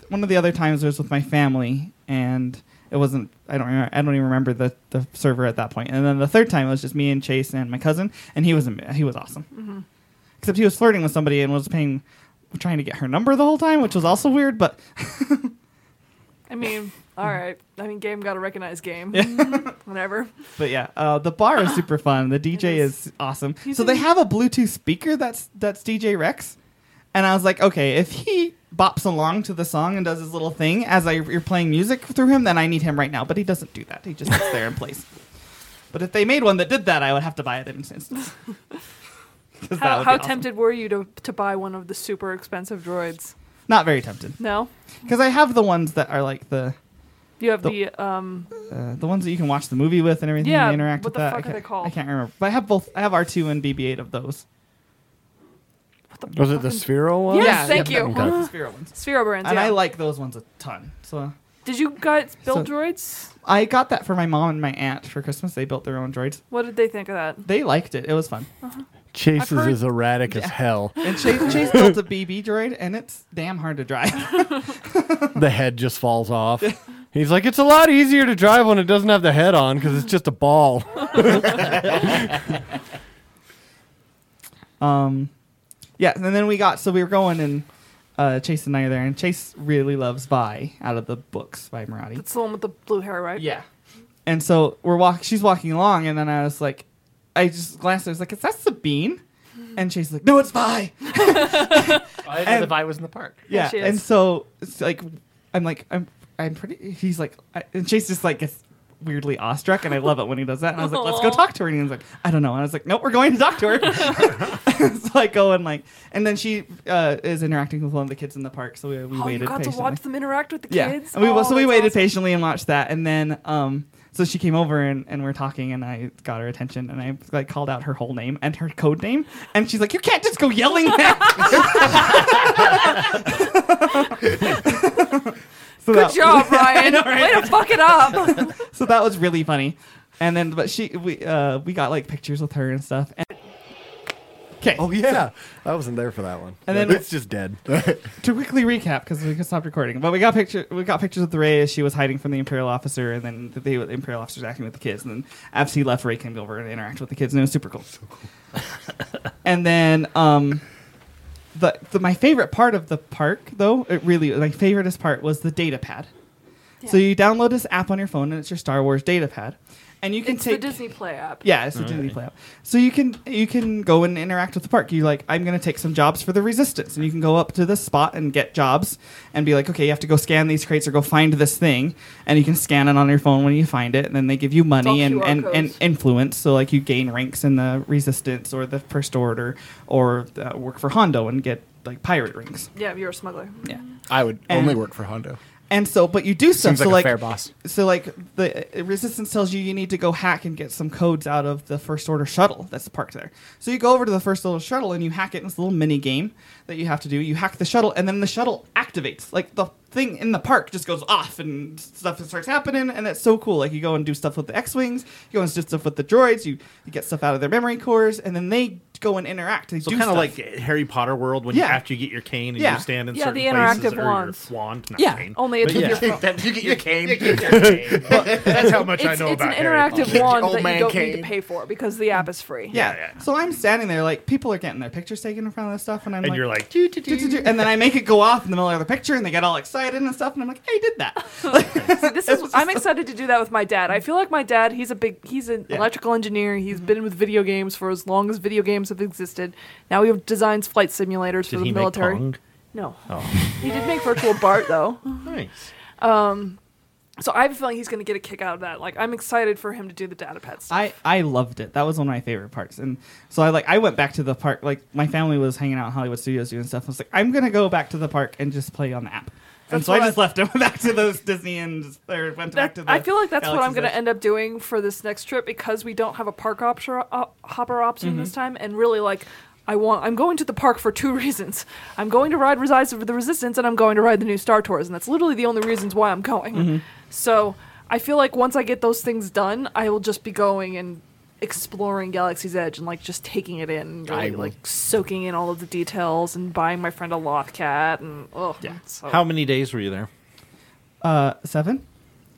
one of the other times was with my family and it wasn't i don't remember i don't even remember the, the server at that point and then the third time it was just me and chase and my cousin and he was am- he was awesome Mhm. except he was flirting with somebody and was paying trying to get her number the whole time which was also weird but I mean, all right. I mean, game got to recognize game. Whatever. But yeah, uh, the bar is super fun. The DJ is. awesome. He's so they in- have a Bluetooth speaker that's that's DJ Rex, and I was like, okay, if he bops along to the song and does his little thing as I, you're playing music through him, then I need him right now. But he doesn't do that. He just sits there and plays. But if they made one that did that, I would have to buy it in instance. 'Cause that would How, be how awesome. tempted were you to, to buy one of the super expensive droids? Not very tempted. No, Because I have the ones that are like the you have The- the, um. uh, the ones that you can watch the movie with and everything. Yeah, and interact with what the that. I fuck are can't- they called? I can't remember. But I have both. I have R two and BB eight of those. Was it the Sphero one? Yes, thank you. The Sphero ones. Sphero brands. and yeah. I like those ones a ton. So Did you guys build So- droids? I got that for my mom and my aunt for Christmas. They built their own droids. What did they think of that? They liked it. It was fun. Chase I've is heard- as erratic as hell. And Chase, Chase built a BB droid, and it's damn hard to drive. the head just falls off. He's like, it's a lot easier to drive when it doesn't have the head on because it's just a ball. um, yeah, and then we got so we were going and uh, Chase and I are there, and Chase really loves Vi out of the books by Marathi. That's the one with the blue hair, right? Yeah. And so we're walk. She's walking along, and then I was like, I just glanced. I was like, "Is that Sabine?" And she's like, "No, it's Vi." I didn't know the Vi was in the park. Yeah. and so it's like, I'm like, I'm, I'm pretty. He's like, I, and Chase just like gets weirdly awestruck, and I love it when he does that. And I was like, "Let's go Aw. talk to her." And he was like, "I don't know." And I was like, "Nope, we're going to talk to her." so I go and like, and then she uh, is interacting with one of the kids in the park. So we, we Oh, you waited got patiently. to watch them interact with the Yeah. kids. And we, oh, so we that's waited patiently and watched that, and then um, so she came over and, and we are talking, and I got her attention, and I like called out her whole name and her code name, and she's like, "You can't just go yelling that." So Good job, I Ryan. Way to fuck it up. so that was really funny, and then but she we uh, we got like pictures with her and stuff. And Okay. Oh yeah, I wasn't there for that one. And then- it's just dead. to quickly recap because we stopped recording but we got picture we got pictures of the ray as she was hiding from the imperial officer and then the, the imperial officer's acting with the kids and then after he left ray came over and interacted with the kids and it was super cool so cool and then um the, the my favorite part of the park though it really my favoriteest part was the data pad so you download this app on your phone and it's your star wars data pad and you can it's take the Disney Play app. yeah, it's a Disney play app. So you can you can go and interact with the park. You like, I'm gonna take some jobs for the resistance, and you can go up to this spot and get jobs, and be like, okay, you have to go scan these crates or go find this thing, and you can scan it on your phone when you find it, and then they give you money all and, QR and, and codes. influence. So like you gain ranks in the resistance or the first order, or uh, work for Hondo and get like pirate ranks. Yeah, you're a smuggler. Yeah. I would only work for Hondo. And so, but you do stuff. Seems so like like a fair boss. So like the uh, resistance tells you you need to go hack and get some codes out of the first order shuttle that's parked there. So you go over to the first order shuttle and you hack it. in this little mini game that you have to do. You hack the shuttle and then the shuttle activates. Like the thing in the park just goes off and stuff starts happening and it's so cool. Like you go and do stuff with the X-wings. You go and do stuff with the droids. You, you get stuff out of their memory cores and then they go and interact. They So do kind of stuff. like Harry Potter world when you, Yeah. after you get your cane and Yeah. you stand in Yeah, certain the places interactive or wands. your wand. Not Yeah, cane, only it's but with yeah. your phone. You get your cane. You get your cane. That's how much I it's, know it's about an Harry Potter. interactive wand Old that man you don't need cane. to pay for because the app is free. Yeah. So I'm standing there, like people are getting their pictures taken in front of this stuff, and I'm And like, you're like, "Doo, doo, doo, doo, doo," and then I make it go off in the middle of the picture, and they get all excited and stuff, and I'm like, I did that. See, this is I'm excited to do that with my dad. I feel like my dad, he's a big he's an electrical engineer. He's been with video games for as long as video games have existed. Now he designs flight simulators for Did the he make military. Pong? No. Oh. He did make virtual BART though. Nice. Um so I have a feeling he's going to get a kick out of that. Like I'm excited for him to do the data pad stuff. I I loved it. That was one of my favorite parts, and so I like I went back to the park. Like my family was hanging out in Hollywood Studios doing stuff. I was like, I'm gonna go back to the park and just play on the app. and That's so I what just I- left and went back to those Disney and just, or went back to. The I feel like that's what I'm Galaxy's going Edge. to end up doing for this next trip because we don't have a park option, uh, hopper option this Mhm. time, and really like. I want. I'm going to the park for two reasons. I'm going to ride Rise of the Resistance, and I'm going to ride the new Star Tours, and that's literally the only reasons why I'm going. Mhm. So I feel like once I get those things done, I will just be going and exploring Galaxy's Edge and like just taking it in, and I really, will. like soaking in all of the details, and buying my friend a loft cat, and oh, yeah. So. How many days were you there? Uh, seven.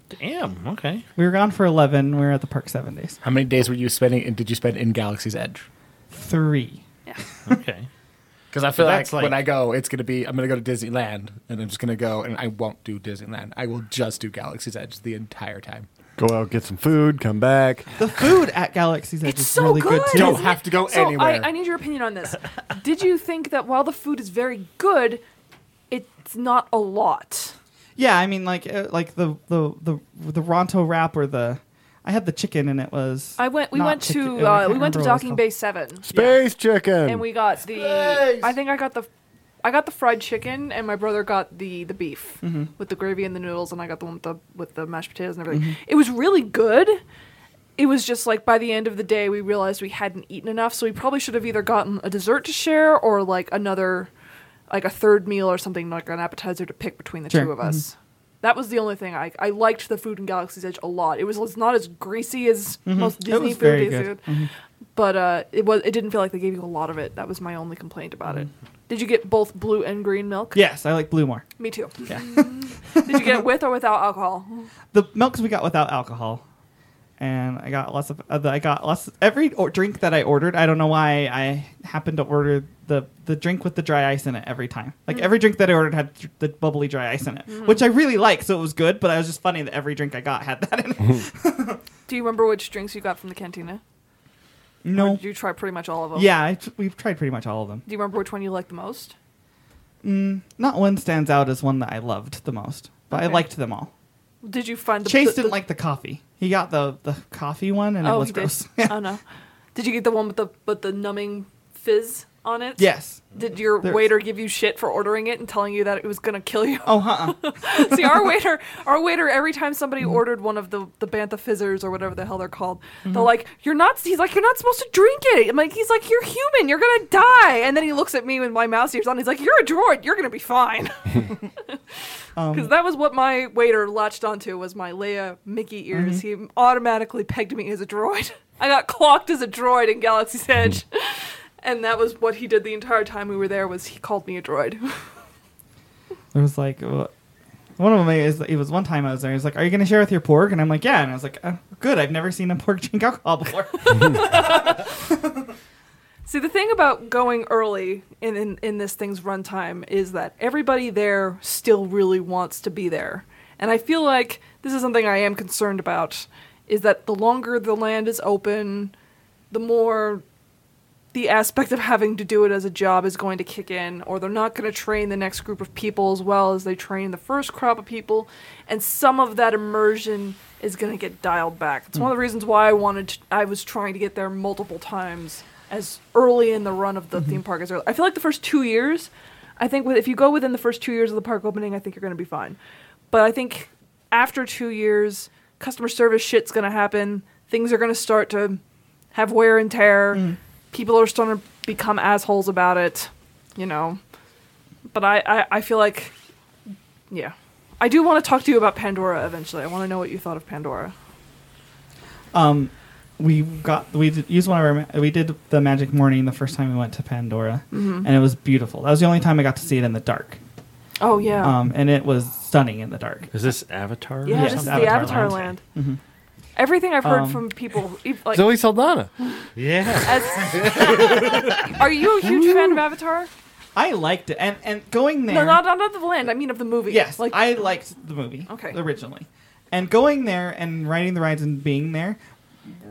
Damn. Okay. We were gone for eleven. We were at the park seven days. How many days were you spending and did you spend in Galaxy's Edge? Three. Okay. Because I feel like, That's like- when I go, it's gonna be I'm gonna go to Disneyland and I'm just gonna go and I won't do Disneyland. I will just do Galaxy's Edge the entire time. Go out, get some food, come back. The food at Galaxy's Edge is so really good. good too. Don't have to go So anywhere. I, I need your opinion on this. Did you think that while the food is very good, it's not a lot? Yeah, I mean, like uh, like the the the the Ronto wrap or the I had the chicken and it was I went. We not went chicken- to I uh, can't remember we went to what it was Docking called. Bay Seven, Space chicken. and we got the. I think I got the. I got the fried chicken, and my brother got the the beef Mhm. with the gravy and the noodles, and I got the one with the with the mashed potatoes and everything. Mhm. It was really good. It was just like by the end of the day, we realized we hadn't eaten enough, so we probably should have either gotten a dessert to share or like another, like a third meal or something like an appetizer to pick between the Sure. Mm-hmm. two of us. That was the only thing I I liked the food in Galaxy's Edge a lot. It was it's not as greasy as Mhm. most It Disney was food. very Disney good. food. Mhm. But uh, it was it didn't feel like they gave you a lot of it. That was my only complaint about Mm-hmm. it. Did you get both blue and green milk? Yes, I like blue more. Me too. Yeah. Did you get it with or without alcohol? The milks we got without alcohol, and I got lots of uh, I got lots every or- drink that I ordered. I don't know why I happened to order the the drink with the dry ice in it every time. Like Mm. Mm-hmm. every drink that I ordered had th- the bubbly dry ice in it, Mm. which I really like, so it was good. But I was just funny that every drink I got had that in it. Do you remember which drinks you got from the cantina? No. Or did you try pretty much all of them? Yeah, I t- we've tried pretty much all of them. Do you remember which one you liked the most? Mm, not one stands out as one that I loved the most, but I Okay. liked them all. Did you find the Chase the- didn't like the coffee. He got the the coffee one, and oh, it was he did. gross. oh no. Did you get the one with the but the numbing fizz on it? Yes. Did your There is. waiter give you shit for ordering it and telling you that it was gonna kill you? Oh, huh. See, our waiter, our waiter, every time somebody ordered one of the the bantha fizzers or whatever the hell they're called, they're Mhm. like, "You're not." He's like, "You're not supposed to drink it." I'm like, he's like, "You're human. You're gonna die." And then he looks at me with my mouse ears on. He's like, "You're a droid. You're gonna be fine." Um, Because that was what my waiter latched onto was my Leia Mickey ears. He automatically pegged me as a droid. I got clocked as a droid in Galaxy's Edge, and that was what he did the entire time we were there. Was he called me a droid? It was like uh, one of them is it was one time I was there. He's like, "Are you going to share with your pork?" And I'm like, "Yeah." And I was like, oh, "Good. I've never seen a pork drink alcohol before." See, the thing about going early in, in, in this thing's runtime is that everybody there still really wants to be there. And I feel like this is something I am concerned about is that the longer the land is open, the more the aspect of having to do it as a job is going to kick in, or they're not going to train the next group of people as well as they train the first crop of people, and some of that immersion is going to get dialed back. It's one of the reasons why I wanted, to, I was trying to get there multiple times as early in the run of the theme park as early. I feel like the first two years, I think with- if you go within the first two years of the park opening, I think you're going to be fine. But I think after two years, customer service shit's going to happen. Things are going to start to have wear and tear. People are starting to become assholes about it, you know. But I, I, I feel like, yeah. I do want to talk to you about Pandora eventually. I want to know what you thought of Pandora. um, we got we did, used one of our ma- we did the magic morning the first time we went to Pandora, Mhm. and it was beautiful. That was the only time I got to see it in the dark. Oh, yeah. Um, and it was stunning in the dark. Is this Avatar? yeah, this is the Avatar Land. Mhm. Everything I've heard Um, from people. e- Like, Zoe Saldana. Yeah. As- are you a huge fan of Avatar? I liked it, and and going there. No, not, not of the land. I mean of the movie. Yes, Like, I liked the movie. Okay. Originally, and going there and riding the rides and being there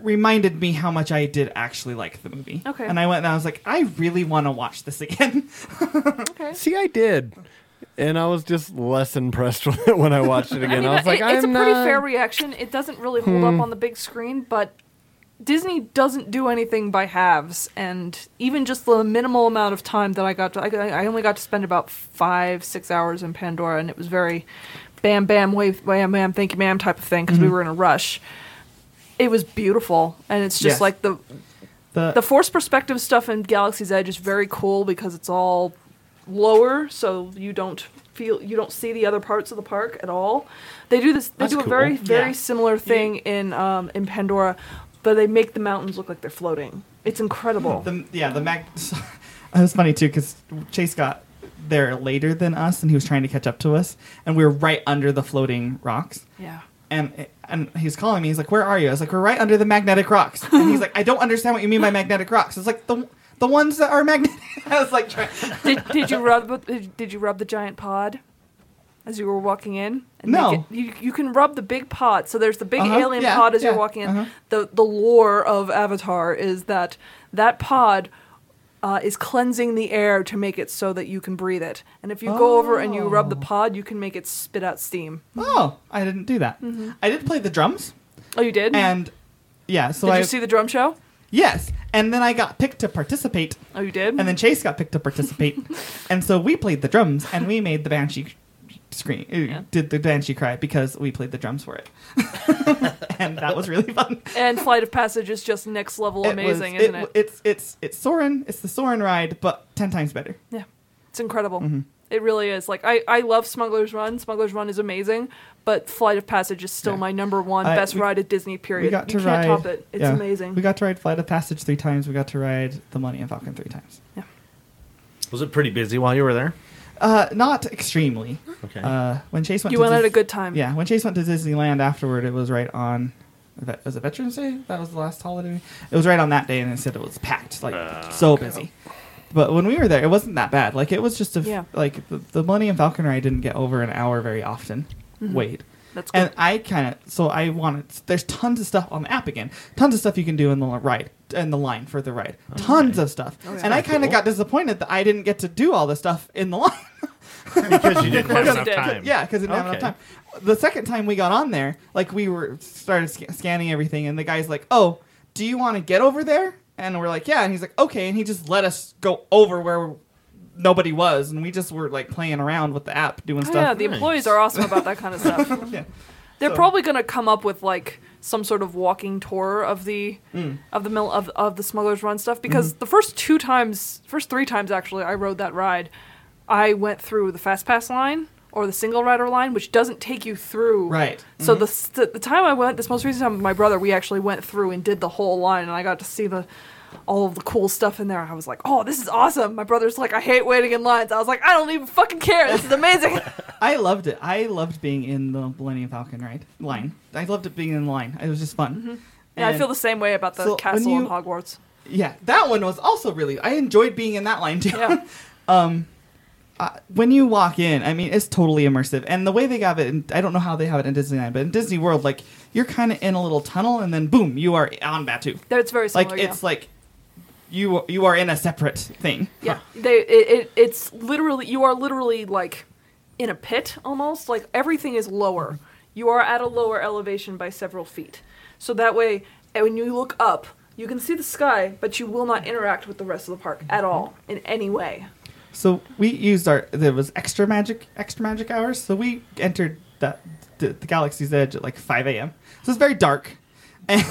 reminded me how much I did actually like the movie. Okay. And I went and I was like, I really want to watch this again. See, I did. And I was just less impressed with it when I watched it again. I, mean, was like, it- I'm it's a pretty not- fair reaction. It doesn't really hold Hmm. up on the big screen, but Disney doesn't do anything by halves. And even just the minimal amount of time that I got to, I, I only got to spend about five, six hours in Pandora, and it was very bam, bam, wave, wham, bam, thank you, ma'am type of thing because we Mm-hmm. Mhm. were in a rush. It was beautiful, and it's just Yes. like the The- the force perspective stuff in Galaxy's Edge is very cool because it's all lower, so you don't feel you don't see the other parts of the park at all. They do this. They That's do a cool. very very Yeah. similar thing in um, in Pandora, but they make the mountains look like they're floating. It's incredible. The, yeah, the mag. it was funny too because Chase got there later than us, and he was trying to catch up to us, and we were right under the floating rocks. yeah. And and he's calling me. He's like, "Where are you?" I was like, "We're right under the magnetic rocks." And he's like, "I don't understand what you mean by magnetic rocks." It's like the the ones that are magnetic. I was like, trying- Did, did you rub did did you rub the giant pod as you were walking in? And No. make it- you, you can rub the big pod. So there's the big Uh-huh, alien yeah, pod as yeah, you're walking in. uh-huh. The the lore of Avatar is that that pod uh, is cleansing the air to make it so that you can breathe it. And if you go over and you rub the pod, you can make it spit out steam. "Oh, I didn't do that. Mhm. I did play the drums." Oh, you did. And yeah, so did I you see the drum show? yes, and then I got picked to participate. Oh, you did. And then Chase got picked to participate, and so we played the drums and we made the banshee scream. uh, Did the banshee cry because we played the drums for it, and that was really fun. And Flight of Passage is just next level It was- amazing, isn't it? It's it's it's Soren. It's the Soren ride, but ten times better. Yeah, it's incredible. Mhm. It really is. Like I, I love Smuggler's Run. Smuggler's Run is amazing, but Flight of Passage is still my number one I- best we- ride at Disney. Period. We got to you can't ride. top it. It's yeah. amazing. We got to ride Flight of Passage three times. We got to ride the Money and Falcon three times. Was it pretty busy while you were there? Uh, not extremely. Okay. Uh, when Chase went, You to went at Dis- a good time. Yeah, when Chase went to Disneyland afterward, it was right on That was it Veterans Day? That was the last holiday. It was right on that day, and they said it was packed, like Uh, so busy. But when we were there, it wasn't that bad. Like it was just a f- Yeah. like the, the Millennium Falcon ride didn't get over an hour very often. Mhm. Wait, That's and I kind of so I wanted. There's tons of stuff on the app again. Tons of stuff you can do in the ride and the line for the ride. Tons of stuff. Oh, yeah. And I That's kind of cool. got disappointed that I didn't get to do all the stuff in the line. because you didn't have enough time. Yeah, because it didn't have enough time. The second time we got on there, like we were started sc- scanning everything, and the guy's like, "Oh, do you want to get over there?" And we're like, "Yeah." And he's like, "Okay," and he just let us go over where nobody was, and we just were like playing around with the app, doing Oh, stuff. yeah, the employees are awesome about that kind of stuff. They're So- probably going to come up with like some sort of walking tour of the Mm. of the mill of, of the smugglers run stuff Mm-hmm. because the first two times, first three times actually I rode that ride, I went through the fast pass line or the single rider line which doesn't take you through. Right. Mm-hmm. So the s- the the time I went, this most recent time with my brother, we actually went through and did the whole line and I got to see the all of the cool stuff in there. I was like, "Oh, this is awesome." My brother's like, "I hate waiting in lines." I was like, "I don't even fucking care. This is amazing." I loved it. I loved being in the Millennium Falcon ride line. I loved it being in line. It was just fun. Mm-hmm. Yeah, I And- feel the same way about the So when castle in you- Hogwarts. Yeah, that one was also really. I enjoyed being in that line too. um, uh, when you walk in, I mean, it's totally immersive, and the way they have it, in, I don't know how they have it in Disneyland, but in Disney World, like you're kind of in a little tunnel, and then boom, you are on Batu. That's very similar. like yeah. it's like you you are in a separate thing. yeah, they it, it, it's literally you are literally like in a pit almost. Like everything is lower. You are at a lower elevation by several feet. So that way, eh, when you look up, you can see the sky, but you will not interact with the rest of the park at all in any way. So we used our there was extra magic extra magic hours. So we entered that the, the galaxy's edge at like five a.m. So it's very dark, and,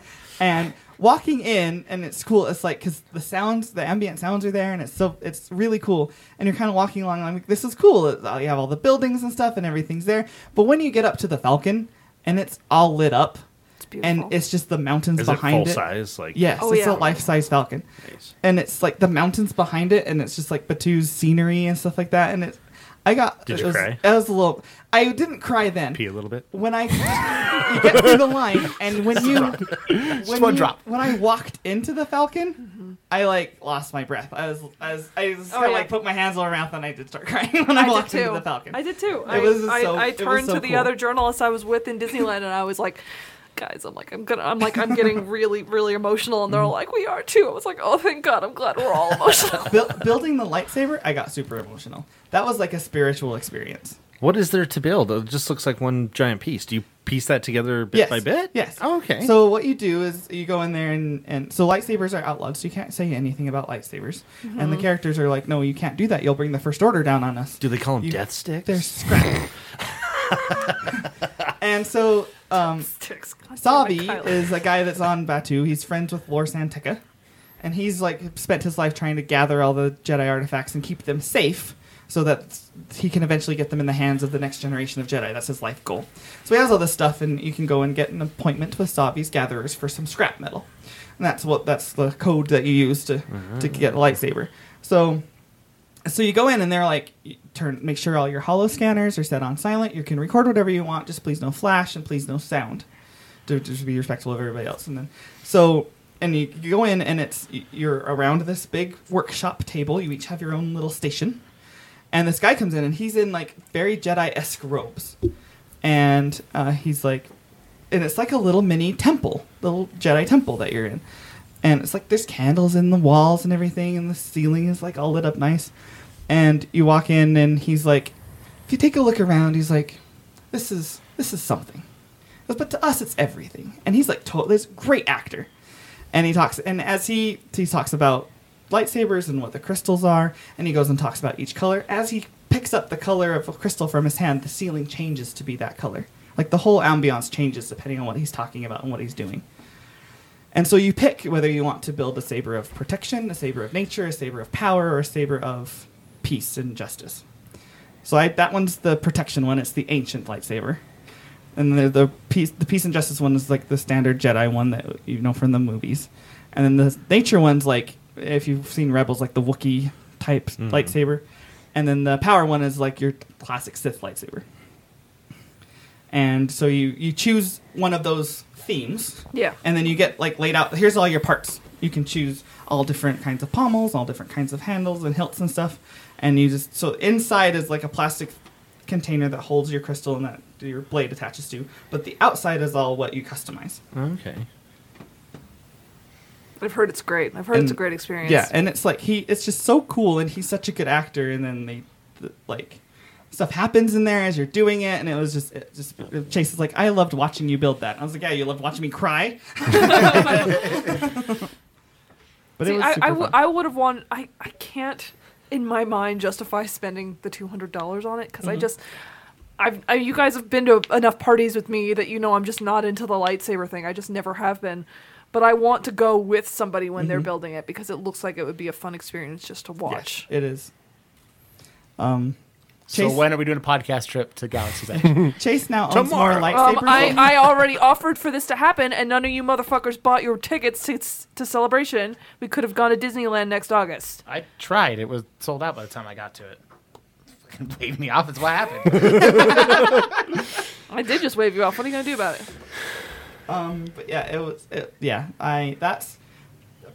and walking in and it's cool. It's like because the sounds the ambient sounds are there and it's so it's really cool. And you're kind of walking along like this is cool. It's- uh, You have all the buildings and stuff and everything's there. But when you get up to the Falcon and it's all lit up. And it's just the mountains Is it behind full size, like- yes, Oh, it's yeah. a life-size falcon and it's like the mountains behind it, and it's just like Batu's scenery and stuff like that. And it, I got. Did it you was, cry? It was a little. I didn't cry then. Pee a little bit. When I you get through the line, and when you when one you- drop. when I walked into the Falcon, I like lost my breath. I was I was, I was Mm-hmm. Oh, kind of yeah. like put my hands all around, and I did start crying when I, I did walked too. into the Falcon. I did too. It I, was I, so- I it was turned so to the cool. other journalist I was with in Disneyland, and I was like, "Guys, I'm like, I'm gonna, I'm like, I'm getting really, really emotional," and Mm-hmm. they're like, "We are too." I was like, "Oh, thank God, I'm glad we're all emotional." Bu- building the lightsaber, I got super emotional. That was like a spiritual experience. What is there to build? It just looks like one giant piece. Do you piece that together bit yes. by bit? Oh, Yes. okay. So what you do is you go in there and, and so lightsabers are outlawed, so you can't say anything about lightsabers. And the Mhm. characters are like, no, you can't do that. You'll bring the first order down on us. Do they call them You- death sticks? They're scrap. and so um, Sabi is a guy that's on Batu. He's friends with Lor Santeca, and he's like spent his life trying to gather all the Jedi artifacts and keep them safe so that he can eventually get them in the hands of the next generation of Jedi. That's his life goal. So he has all this stuff, and you can go and get an appointment with Sabi's gatherers for some scrap metal, and that's what that's the code that you use to to get a lightsaber. So so you go in and they're like you turn make sure all your hollow scanners are set on silent you can record whatever you want just please no flash and please no sound to just be respectful of everybody else and then so and you, you go in and it's y- you're around this big workshop table you each have your own little station and this guy comes in and he's in like very jedi-esque robes and uh, he's like and it's like a little mini temple little jedi temple that you're in and it's like there's candles in the walls and everything and the ceiling is like all lit up nice and you walk in and he's like if you take a look around he's like this is this is something but to us it's everything and he's like to- this great actor and he talks and as he he talks about lightsabers and what the crystals are and he goes and talks about each color as he picks up the color of a crystal from his hand the ceiling changes to be that color like the whole ambiance changes depending on what he's talking about and what he's doing and so you pick whether you want to build a saber of protection, a saber of nature, a saber of power, or a saber of peace and justice. So I, that one's the protection one. It's the ancient lightsaber, and the, the peace, the peace and justice one is like the standard Jedi one that you know from the movies, and then the nature one's like if you've seen Rebels, like the Wookiee type Mhm. lightsaber, and then the power one is like your classic Sith lightsaber. and so you you choose one of those themes. Yeah. And then you get like laid out. Here's all your parts. You can choose all different kinds of pommels, all different kinds of handles and hilts and stuff. And you just so inside is like a plastic container that holds your crystal and that your blade attaches to, but the outside is all what you customize. Okay. I've heard it's great. I've heard it's a great experience. Yeah, and it's like he, it's just so cool, and he's such a good actor. And then they, th like, stuff happens in there as you're doing it, and it was just, it just Chase is like, I loved watching you build that. I was like, yeah, you loved watching me cry. but See, it was I, super I, w- fun. I would have won. I, I can't, in my mind, justify spending the two hundred dollars on it because I Mhm. just, I've I, you guys have been to enough parties with me that you know I'm just not into the lightsaber thing. I just never have been, but I want to go with somebody when they're Mhm. building it because it looks like it would be a fun experience just to watch. it is. Um, so Chase- when are we doing a podcast trip to Galaxy's Edge? Chase now owns more Tomorrow. lightsabers. Um, I, I already offered for this to happen, and none of you motherfuckers bought your tickets to, to celebration. We could have gone to Disneyland next August. I tried. It was sold out by the time I got to it. Fucking played me off. It's what happened. I did just wave you off. What are you gonna do about it? Um, but yeah, it was. It, yeah, I that's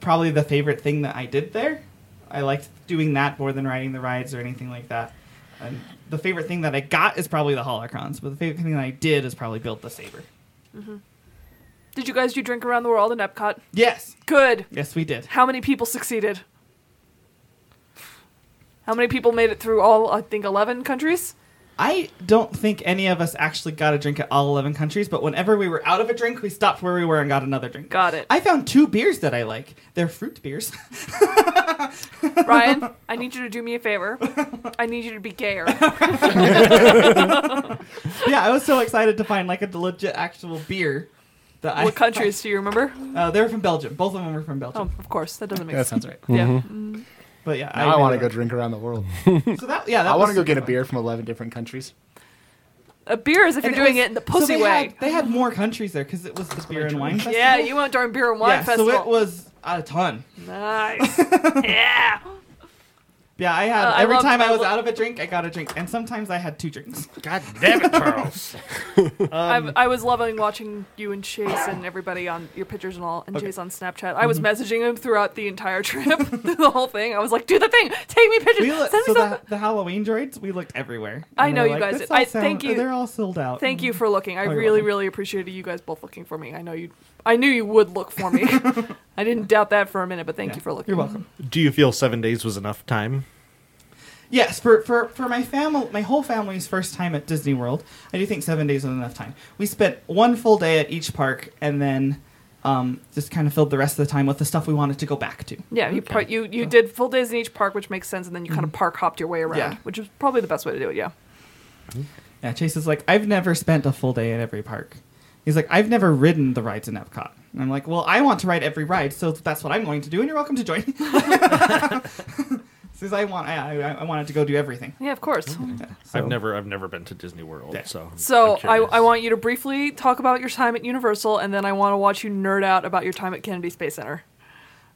probably the favorite thing that I did there. I liked doing that more than riding the rides or anything like that. And the favorite thing that I got is probably the holocrons, but the favorite thing that I did is probably build the saber. hmm Did you guys do Drink Around the World in Epcot? Yes. Good. Yes, we did. How many people succeeded? How many people made it through all, I think, 11 countries? I don't think any of us actually got a drink at all 11 countries, but whenever we were out of a drink, we stopped where we were and got another drink. Got it. I found two beers that I like. They're fruit beers. Ryan, I need you to do me a favor. I need you to be gayer. yeah, I was so excited to find like a legit actual beer. That I What countries do you remember? Uh, they were from Belgium. Both of them were from Belgium. Oh, of course. That doesn't make That sense. sounds right. Yeah. Mhm. Mm-hmm. Mm. But yeah, Now I wanna really- go drink around the world. So that yeah, that I want was to go super get a fun. beer from eleven different countries. A beer is if And you're doing was- it in the so pussy they way. Had, they had more countries there because it was the beer and wine festival. yeah, you went during beer and wine yeah, festival. So it was a ton. Nice. yeah. Yeah, I had Uh, I every love- time I I was lo- out of a drink, I got a drink, and sometimes I had two drinks. God damn it, Charles! Um, I, I was loving watching you and Chase and everybody on your pictures and all, and Chase on Snapchat. I was Mhm. messaging him throughout the entire trip, through the whole thing. I was like, "Do the thing, take me pictures." we look, send me so some-" the, the Halloween droids, we looked everywhere. I And know they're you like, guys "This did. all I sound- thank you. They're all sold out. Thank you for looking. I Oh, you're really, welcome. really appreciated you guys both looking for me. I know you. I knew you would look for me. I didn't doubt that for a minute, but thank you for looking. You're welcome. Do you feel seven days was enough time? Yes, for for for my family, my whole family's first time at Disney World, I do think seven days was enough time. We spent one full day at each park, and then um, just kind of filled the rest of the time with the stuff we wanted to go back to. Yeah, you par- you you did full days in each park, which makes sense, and then you kind of park hopped your way around, Mm-hmm. Yeah. which is probably the best way to do it. Yeah. Yeah, Chase is like, I've never spent a full day at every park. He's like, I've never ridden the rides in Epcot. And I'm like, well, I want to ride every ride, so that's what I'm going to do, and you're welcome to join. Since I want, I, I, I wanted to go do everything. Yeah, of course. I've never, I've never been to Disney World, so So I, I want you to briefly talk about your time at Universal, and then I want to watch you nerd out about your time at Kennedy Space Center.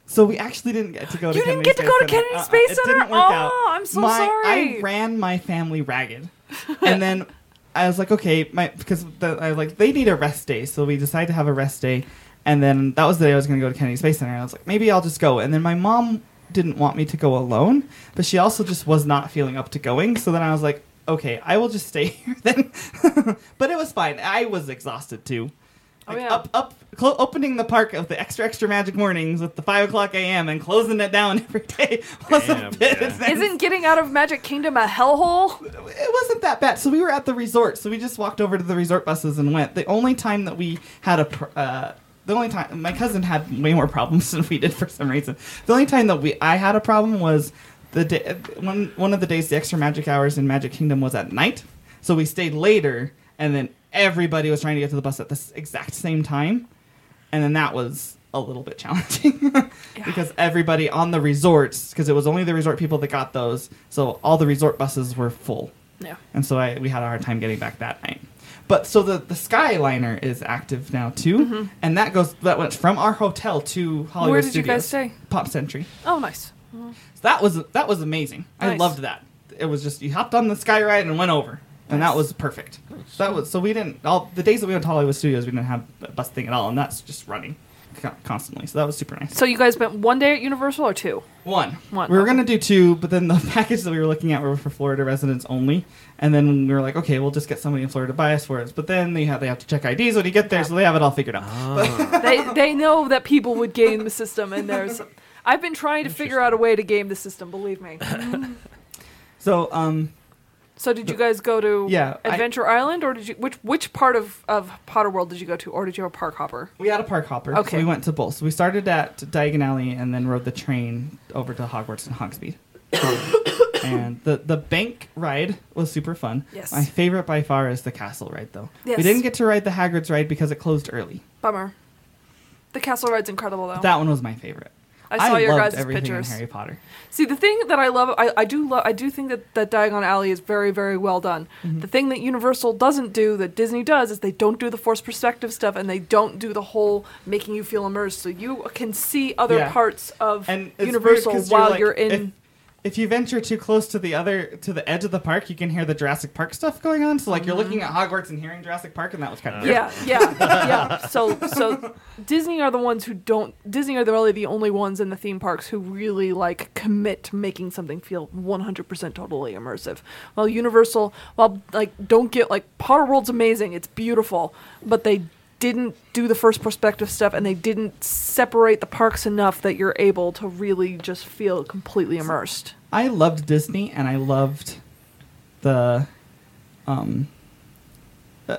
So we actually didn't get to go. You to Kennedy didn't get to go to Space Kennedy Center. Uh, Space it Center? didn't work out. Oh, I'm so My- sorry. I ran my family ragged, and then I was like, okay, my because the, I was like they need a rest day, so we decided to have a rest day, and then that was the day I was going to go to Kennedy Space Center. And I was like, maybe I'll just go, and then my mom didn't want me to go alone, but she also just was not feeling up to going. So then I was like, okay, I will just stay here then. but it was fine. I was exhausted too. Oh, Like, yeah. Up, up, clo- opening the park of the extra, extra magic mornings with the five o'clock a.m. and closing it down every day was a bit. Isn't getting out of Magic Kingdom a hellhole? It wasn't that bad. So we were at the resort, so we just walked over to the resort buses and went. The only time that we had a, pr- uh, the only time my cousin had way more problems than we did for some reason. The only time that we I had a problem was the day one one of the days the extra magic hours in Magic Kingdom was at night, so we stayed later, and then everybody was trying to get to the bus at the s- exact same time, and then that was a little bit challenging because everybody on the resorts because it was only the resort people that got those so all the resort buses were full Yeah. and so I, we had a hard time getting back that night but so the, the skyliner is active now too and that goes that went from our hotel to hollywood Mm-hmm. Where did you guys Studios, stay? pop century Oh, nice. so that was that was amazing i Nice. loved that it was just you hopped on the sky ride and went over and that was perfect. That was so we didn't all the days that we went to Hollywood Studios, we didn't have a bus thing at all, and that's just running co- constantly. So that was super nice. So you guys spent one day at Universal or two? One. One. We were gonna do two, but then the package that we were looking at were for Florida residents only, and then we were like, okay, we'll just get somebody in Florida to buy us for us. But then they have they have to check IDs when you get there, so they have it all figured out. they they know that people would game the system, and there's. I've been trying to figure out a way to game the system. Believe me. So um, So did you guys go to Yeah, I- Adventure Island, or did you which which part of of Potter World did you go to, or did you have a park hopper? We had a park hopper. Okay. So we went to both. So we started at Diagon Alley and then rode the train over to Hogwarts and Hogsmeade. and the, the bank ride was super fun. Yes. My favorite by far is the castle ride, though. Yes. We didn't get to ride the Hagrid's ride because it closed early. Bummer. The castle ride's incredible though. That one was my favorite. Oh. I saw your loved guys' everything in pictures. Harry Potter. See, the thing that I love, I, I do love, I do think that that Diagon Alley is very, very well done. Mm-hmm. The thing that Universal doesn't do that Disney does is they don't do the forced perspective stuff, and they don't do the whole making you feel immersed, so you can see other Yeah. parts of And it's Universal weird 'cause while like- you're in. If, if you venture too close to the other to the edge of the park, you can hear the Jurassic Park stuff going on. So like Mm-hmm. you're looking at Hogwarts and hearing Jurassic Park, and that was kind of weird. yeah, yeah, yeah. So, so Disney are the ones who don't. Disney are the- really the only ones in the theme parks who really like commit to making something feel 100% totally immersive. While Universal, while like don't get like Potter World's amazing, it's beautiful, but they didn't do the first perspective stuff and they didn't separate the parks enough that you're able to really just feel completely immersed. I loved Disney and I loved the um uh,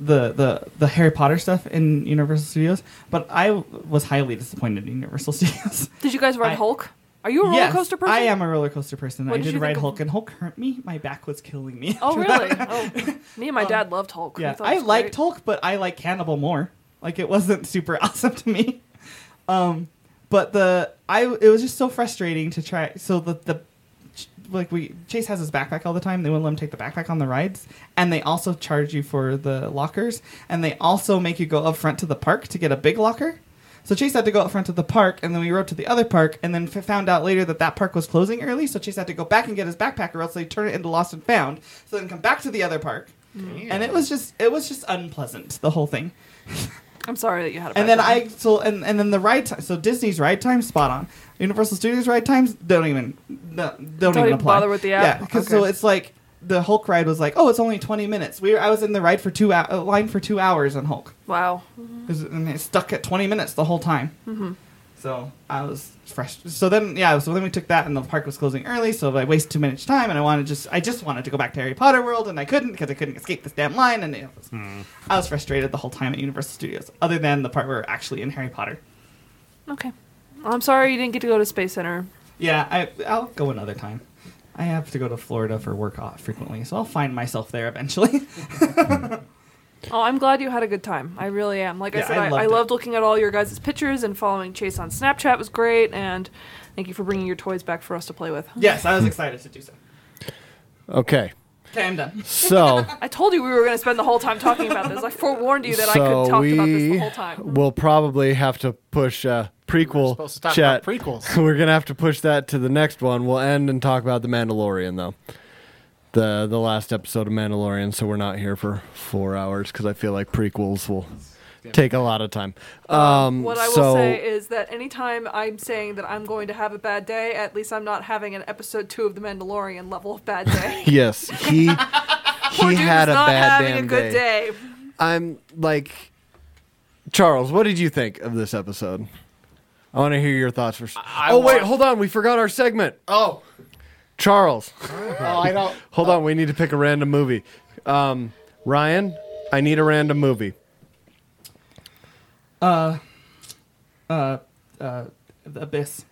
the the the Harry Potter stuff in Universal Studios, but I was highly disappointed in Universal Studios. Did you guys ride I- Hulk? Are you a roller Yes, coaster person? I am a roller coaster person. What I did did you ride think of- Hulk, and Hulk hurt me. My back was killing me. Oh after that. really? Oh, me and my dad loved Hulk. We Yeah, thought it I was liked great. Hulk, but I like Cannibal more. Like it wasn't super awesome to me. Um, but the I it was just so frustrating to try. So the the like we Chase has his backpack all the time. They wouldn't let him take the backpack on the rides, and they also charge you for the lockers, and they also make you go up front to the park to get a big locker. So Chase had to go up front to the park, and then we rode to the other park, and then f- found out later that that park was closing early. So Chase had to go back and get his backpack, or else they turn it into lost and found. So then come back to the other park, and it was just it was just unpleasant the whole thing. I'm sorry that you had a And bad then time. I so and, and then the ride time so Disney's ride time spot on Universal Studios ride times don't even no, don't, Don't even even apply. bother with the app? yeah 'cause Okay. so it's like the Hulk ride was like oh it's only twenty minutes we were, I was in the ride for two hou- uh, line for two hours on Hulk wow 'Cause- and it stuck at twenty minutes the whole time hmm so I was fresh so then yeah so then we took that and the park was closing early so I wasted too much time and I wanted just I just wanted to go back to Harry Potter World and I couldn't because I couldn't escape this damn line and it was I was frustrated the whole time at Universal Studios, other than the part where we're actually in Harry Potter. Okay. I'm sorry you didn't get to go to Space Center. Yeah, I, I'll go another time. I have to go to Florida for work off frequently, so I'll find myself there eventually. Oh, I'm glad you had a good time. I really am. Like I Yeah, said, I I, I, loved it. loved looking at all your guys' pictures and following Chase on Snapchat was great. And thank you for bringing your toys back for us to play with. yes, I was excited to do so. Okay. Okay, I'm done. So- I told you we were going to spend the whole time talking about this. I forewarned you that I could so talk about this the we whole time. will probably have to push uh, prequel supposed to talk chat. about prequels. We're gonna have to push that to the next one. We'll end and talk about the Mandalorian though. The the last episode of Mandalorian, so we're not here for four hours because I feel like prequels will take a lot of time. Um, What I will so, say is that anytime I'm saying that I'm going to have a bad day, at least I'm not having an episode two of The Mandalorian level of bad day. yes, he Poor he dude had was a not bad having damn a good day. I'm like Charles, what did you think of this episode? I want to hear your thoughts first. oh wait, want- hold on, we forgot our segment. Oh, Charles. oh, I don't. Hold on, we need to pick a random movie. Um, Ryan, I need a random movie. Uh, uh, uh, The Abyss.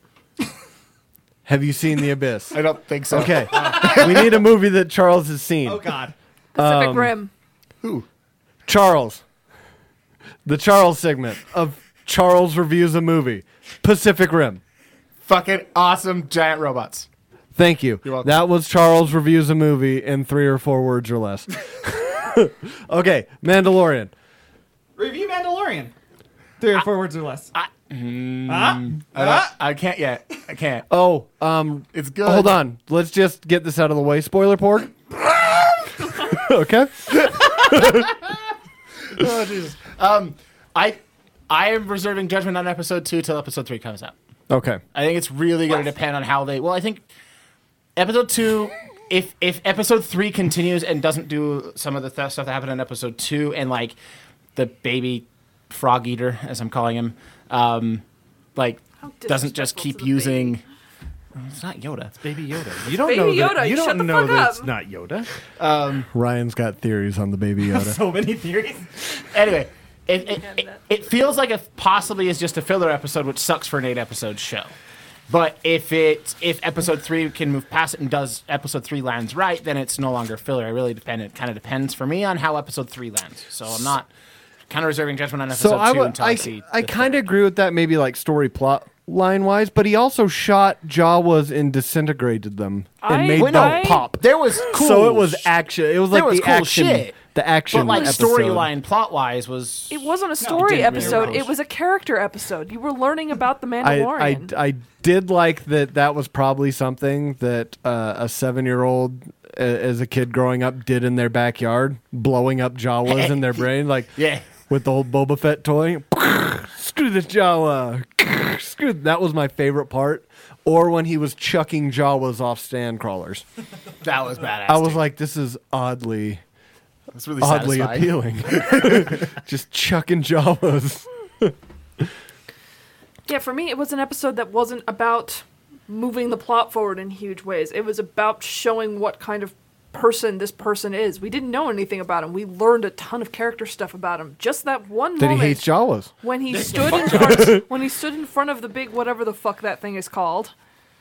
Have you seen The Abyss? I don't think so. Okay. we need a movie that Charles has seen. Oh, God. Pacific Um, Rim. Charles. The Charles segment of Charles reviews a movie. Pacific Rim. Fucking awesome giant robots. Thank you. That was Charles reviews a movie in three or four words or less. okay, Mandalorian. Review Mandalorian. Three or four words or less. I, don't, I can't yet. I can't. Oh, um, Uh, it's good. Hold on. Let's just get this out of the way. Spoiler pork. okay. oh Jesus. Um, I I am reserving judgment on episode two till episode three comes out. Okay. I think it's really going to depend on how they. Well, I think episode two. If if episode three continues and doesn't do some of the th- stuff that happened in episode two, and like the baby frog eater, as I'm calling him, um, like doesn't just keep using. oh, It's not Yoda. It's Baby Yoda. You don't Baby know that- Yoda, you shut don't the know fuck that it's up. not Yoda. Um, Ryan's got theories on the baby Yoda. so many theories. Anyway, it, it, it, it feels like it possibly is just a filler episode, which sucks for an eight episode show. But if it if episode three can move past it and does episode three lands right, then it's no longer filler. It really depend. It kind of depends for me on how episode three lands. So I'm not kind of reserving judgment on episode so two I would, until I, I, see. I kind of agree with that. Maybe like story plot line wise, but he also shot Jawas and disintegrated them and I- made Well, them no, pop. there was cool So it was sh- action. It was there like was the cool action. shit. The action. But like episode. storyline plot wise was It wasn't a No, it story didn't really episode. work. It was a character episode. You were learning about the Mandalorian. I, I, I did like that that was probably something that uh, a seven year old as a kid growing up did in their backyard, blowing up Jawas in their brain. Like, yeah. With the old Boba Fett toy. Screw this Jawa. Screw. That was my favorite part. Or when he was chucking Jawas off stand crawlers. that was badass. I was like, this is oddly. That's really oddly satisfying. appealing. Just chucking Jawas. Yeah, for me, it was an episode that wasn't about moving the plot forward in huge ways. It was about showing what kind of person this person is. We didn't know anything about him. We learned a ton of character stuff about him. Just that one That he moment hates Jawas. when he stood in front, when he stood in front of the big whatever the fuck that thing is called,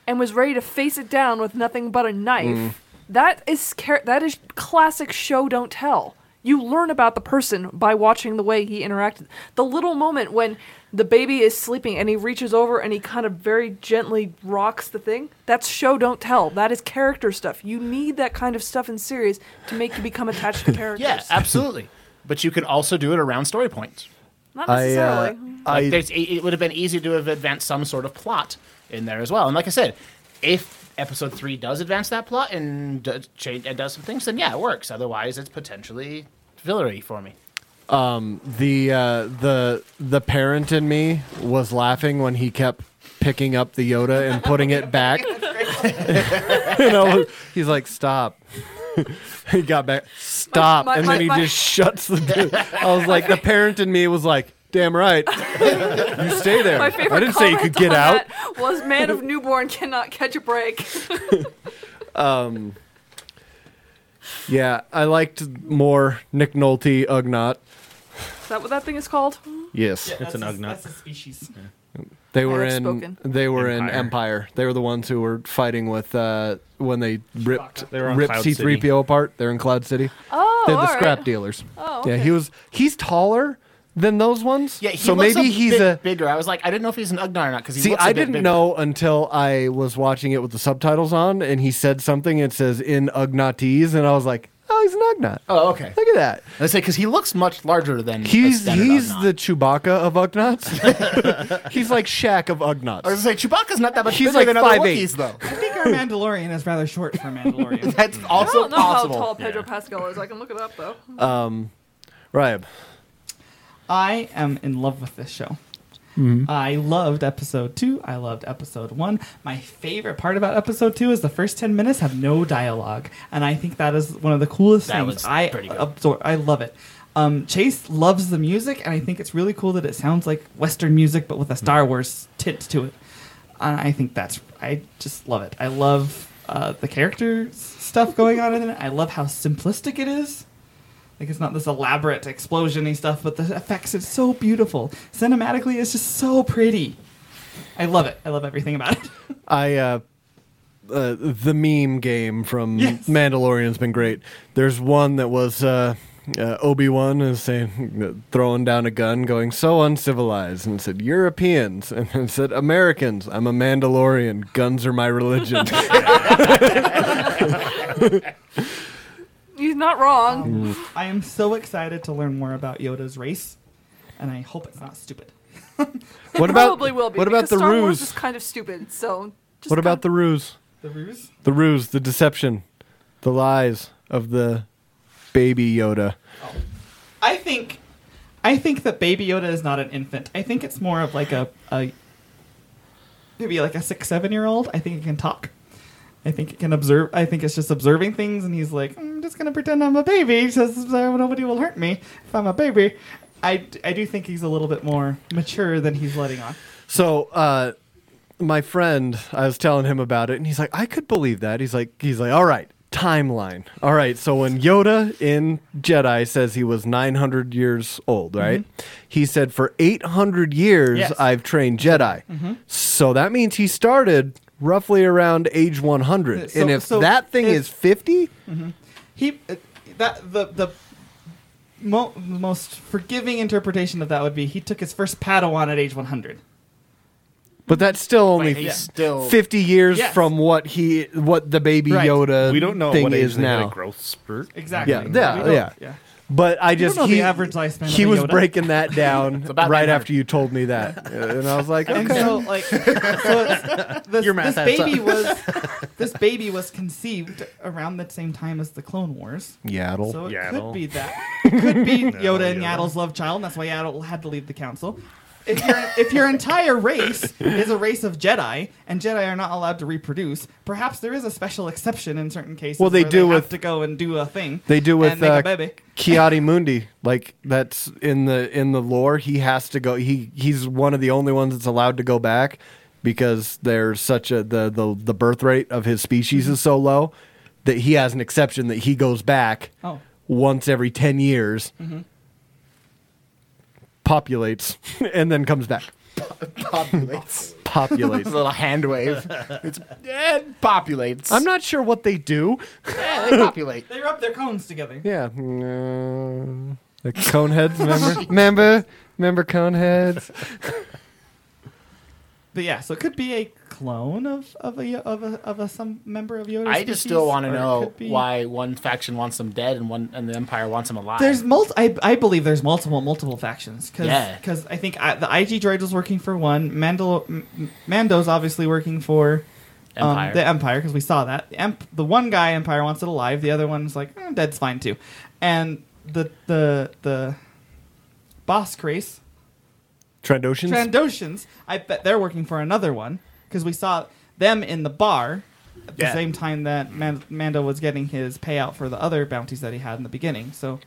and was ready to face it down with nothing but a knife. Mm. That is char- that is classic show don't tell. You learn about the person by watching the way he interacted. The little moment when the baby is sleeping and he reaches over and he kind of very gently rocks the thing. That's show don't tell. That is character stuff. You need that kind of stuff in series to make you become attached to characters. Yeah, absolutely. But you could also do it around story points. Not I, necessarily. Mm. Like there's, it it would have been easy to have advanced some sort of plot in there as well. And like I said, if episode three does advance that plot and does, change, and does some things, then yeah, it works. Otherwise, it's potentially fillery for me. um the uh the the parent in me was laughing when he kept picking up the yoda and putting it back you know he's like stop he got back stop my- and my- then he my- just shuts the door. i was like the parent in me was like damn right you stay there My i favorite didn't say you comment could get on out that Was man of newborn cannot catch a break. um yeah i liked more nick nolte ugnot Is that what that thing is called? yes that's an ugnut. That's a species. They I were have in. spoken. They were in Empire. They were the ones who were fighting with uh, when they ripped They were on ripped Cloud C City. three PO apart. They're in Cloud City. Oh, they're the all right. scrap dealers. Oh, yeah. okay. He was. He's taller than those ones. Yeah, he so looks maybe a he's bit a. bigger. I was like, I didn't know if he's an Ugnar or not because he See, looks a I bit didn't bigger. know until I was watching it with the subtitles on, and he said something. It says in Ugnatese, and I was like, oh, he's an Ugnat. Oh, okay. Look at that. I say because he looks much larger than a He's standard he's Ugnaught. the Chewbacca of Ugnats. he's like Shaq of Ugnats. I was gonna say Chewbacca's not that much He's bigger like than other 5'8". Wookiees, though. I think our Mandalorian is rather short for a Mandalorian. That's also I don't know how tall Pedro Pascal is. I can look it up though. Um, Ryab. I am in love with this show. Mhm. I loved episode two. I loved episode one. My favorite part about episode two is the first ten minutes have no dialogue, and I think that is one of the coolest That things. was I pretty good. absor- I love it. Um, Chase loves the music, and I think it's really cool that it sounds like Western music, but with a Star Wars tint to it. And I think that's I just love it. I love uh, the character s- stuff going on in it. I love how simplistic it is. Like it's not this elaborate explosiony stuff, but the effects it's so beautiful. Cinematically, it's just so pretty. I love it. I love everything about it. I uh, uh the meme game from Mandalorian's been great. There's one that was uh, uh Obi Wan is saying throwing down a gun, going so uncivilized, and it said Europeans, and it said Americans. I'm a Mandalorian. Guns are my religion. He's not wrong. Um, I am so excited to learn more about Yoda's race, and I hope it's not stupid. What it about- probably will be. what about because the Star Wars ruse? is kind of stupid. So what about the ruse? The ruse? The ruse, the deception, the lies of the Baby Yoda. I think, I think that Baby Yoda is not an infant. I think it's more of like a, a maybe like a six, seven year old. I think it can talk. I think it can observe. I think it's just observing things, and he's like, I'm just gonna pretend I'm a baby, so nobody will hurt me if I'm a baby. I, I do think he's a little bit more mature than he's letting on. So, uh, my friend, I was telling him about it, and he's like, "I could believe that." He's like, "He's like, all right, timeline. All right, so when Yoda in Jedi says he was 900 years old, right? Mm-hmm. He said for 800 years Yes. I've trained Jedi, Mm-hmm. Mhm. so that means he started roughly around age 100. So- and if so that thing if- is 50, Mhm. He uh, that the the mo- most forgiving interpretation of that would be he took his first Padawan at age 100. but that's still only he's f- still- 50 years Yes. from what he what the baby Right. Yoda we don't know thing what age is they now. Had a growth spurt. Exactly. Yeah, yeah, We yeah. don't- yeah. But I We don't just know the he, average lifespan of He a was Yoda. breaking that down It's about right 900. after you told me that, and I was like, And okay. so like so it's, this, Your math this adds baby up. was this baby was conceived around the same time as the Clone Wars. Yaddle. So it Yaddle. could be that. It could be No, Yoda and Yaddle. Yaddle's love child, and that's why Yaddle had to leave the council. If, your if your entire race is a race of Jedi and Jedi are not allowed to reproduce, perhaps there is a special exception in certain cases. Well, they where do have with- to go and do a thing. They do with and make uh, a baby. Kiadi Mundi. Like that's in the in the lore. He has to go. He he's one of the only ones that's allowed to go back because there's such a the the the birth rate of his species is so low that he has an exception that he goes back Oh. once every ten years, Mhm. populates, and then comes back. populates. Populates. a little hand wave. It's eh, it populates. I'm not sure what they do. Yeah, they populate. They rub their cones together. Yeah. Uh, the Coneheads, remember? remember? Remember Coneheads? But yeah, so it could be a clone of of a of a of a some member of Yoda. I just still want to know why. why one faction wants them dead and one and the Empire wants them alive. There's multi. I, I believe there's multiple multiple factions because Yeah. I think I, the IG droid was working for one. Mandal M- M- Mando's obviously working for um, Empire. the Empire because we saw that. The, emp- the one guy Empire wants it alive. The other one's like eh, dead's fine too. And the the the boss race Trandoshans? Trandoshans. I bet they're working for another one because we saw them in the bar at the Yeah. same time that Man- Mando was getting his payout for the other bounties that he had in the beginning. So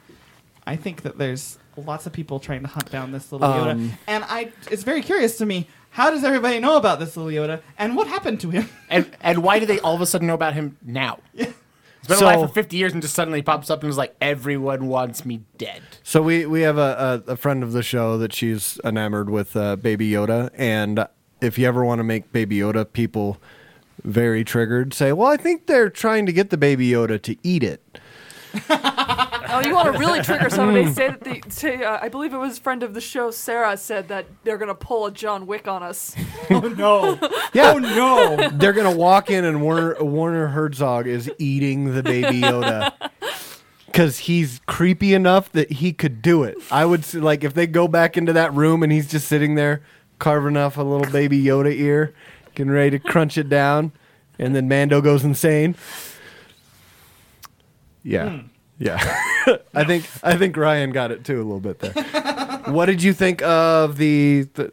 I think that there's lots of people trying to hunt down this little Yoda, Um, and I it's very curious to me. How does everybody know about this little Yoda, and what happened to him? And and why do they all of a sudden know about him now? He's been So- alive for 50 years and just suddenly pops up and is like, everyone wants me dead. So we we have a, a, a friend of the show that she's enamored with uh, Baby Yoda, and if you ever want to make Baby Yoda people very triggered, say, "Well, I think they're trying to get the Baby Yoda to eat it." Oh, you want to really trigger somebody? say that the say, uh, I believe it was friend of the show Sarah said that they're gonna pull a John Wick on us. oh no! Yeah. Oh no! They're gonna walk in and Warner Warner Herzog is eating the Baby Yoda. Because he's creepy enough that he could do it. I would s- like if they go back into that room and he's just sitting there carving off a little baby Yoda ear, getting ready to crunch it down, and then Mando goes insane. Yeah, Hmm. yeah. I think I think Ryan got it too a little bit there. what did you think of the the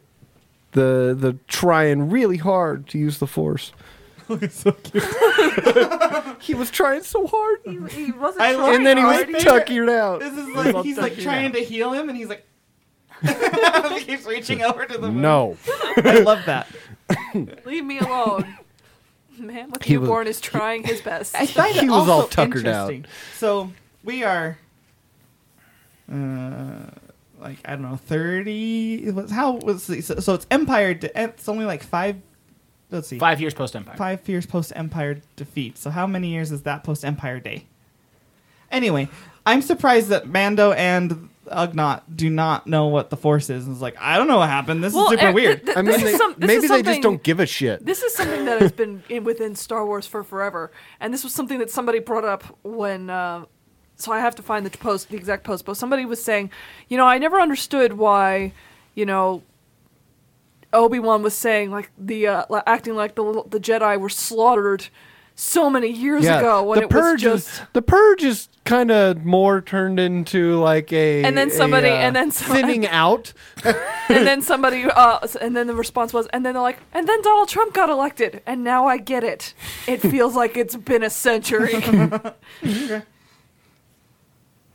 the, the trying really hard to use the force? so cute. he was trying so hard. He, he wasn't. I trying and then he was hard. tuckered out. This is like he's like trying to heal him, and he's like he keeps reaching over to the moon. No. I love that. Leave me alone. Man with He was- newborn is trying his best. I find He it was also all tuckered out. interesting. So we are, uh, like I don't know, thirty. it was- How was the, so, so? It's Empire. De- eh, it's only like five. Let's see. Five years post-Empire. Five years post Empire defeat. So how many years is that post Empire Day? Anyway, I'm surprised that Mando and Ugnaught do not know what the Force is. It's like I don't know what happened. This Well, eh, is super and th- weird. th- I mean, this is they- some- this maybe is they just something- don't give a shit. This is something that has been in, within Star Wars for forever, and this was something that somebody brought up when. Uh, so I have to find the post, the exact post, but somebody was saying, you know, I never understood why, you know, Obi Wan was saying like the uh, li- acting like the little- the Jedi were slaughtered so many years ago when the it was purge just is the purge is kind of more turned into like a and then somebody a, uh, and then some, thinning out and then somebody uh, s- and then the response was and then they're like and then donald trump got elected and now i get it it feels like it's been a century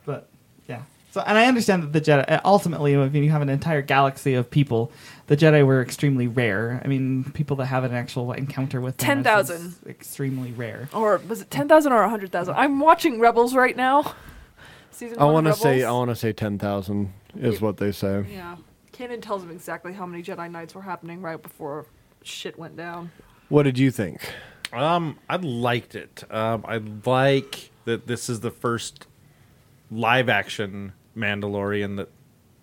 But yeah. So and I understand that the Jedi uh, ultimately, I mean, you have an entire galaxy of people. The Jedi were extremely rare. I mean, people that have an actual encounter with them is- is 10,000. extremely rare. or was it 10000 or 100000 i'm watching rebels right now Season i one want to Rebels. say i want to say 10000 is what they say yeah canon tells him exactly how many jedi knights were happening right before shit went down what did you think Um, I liked it. Um, I like that this is the first live action Mandalorian that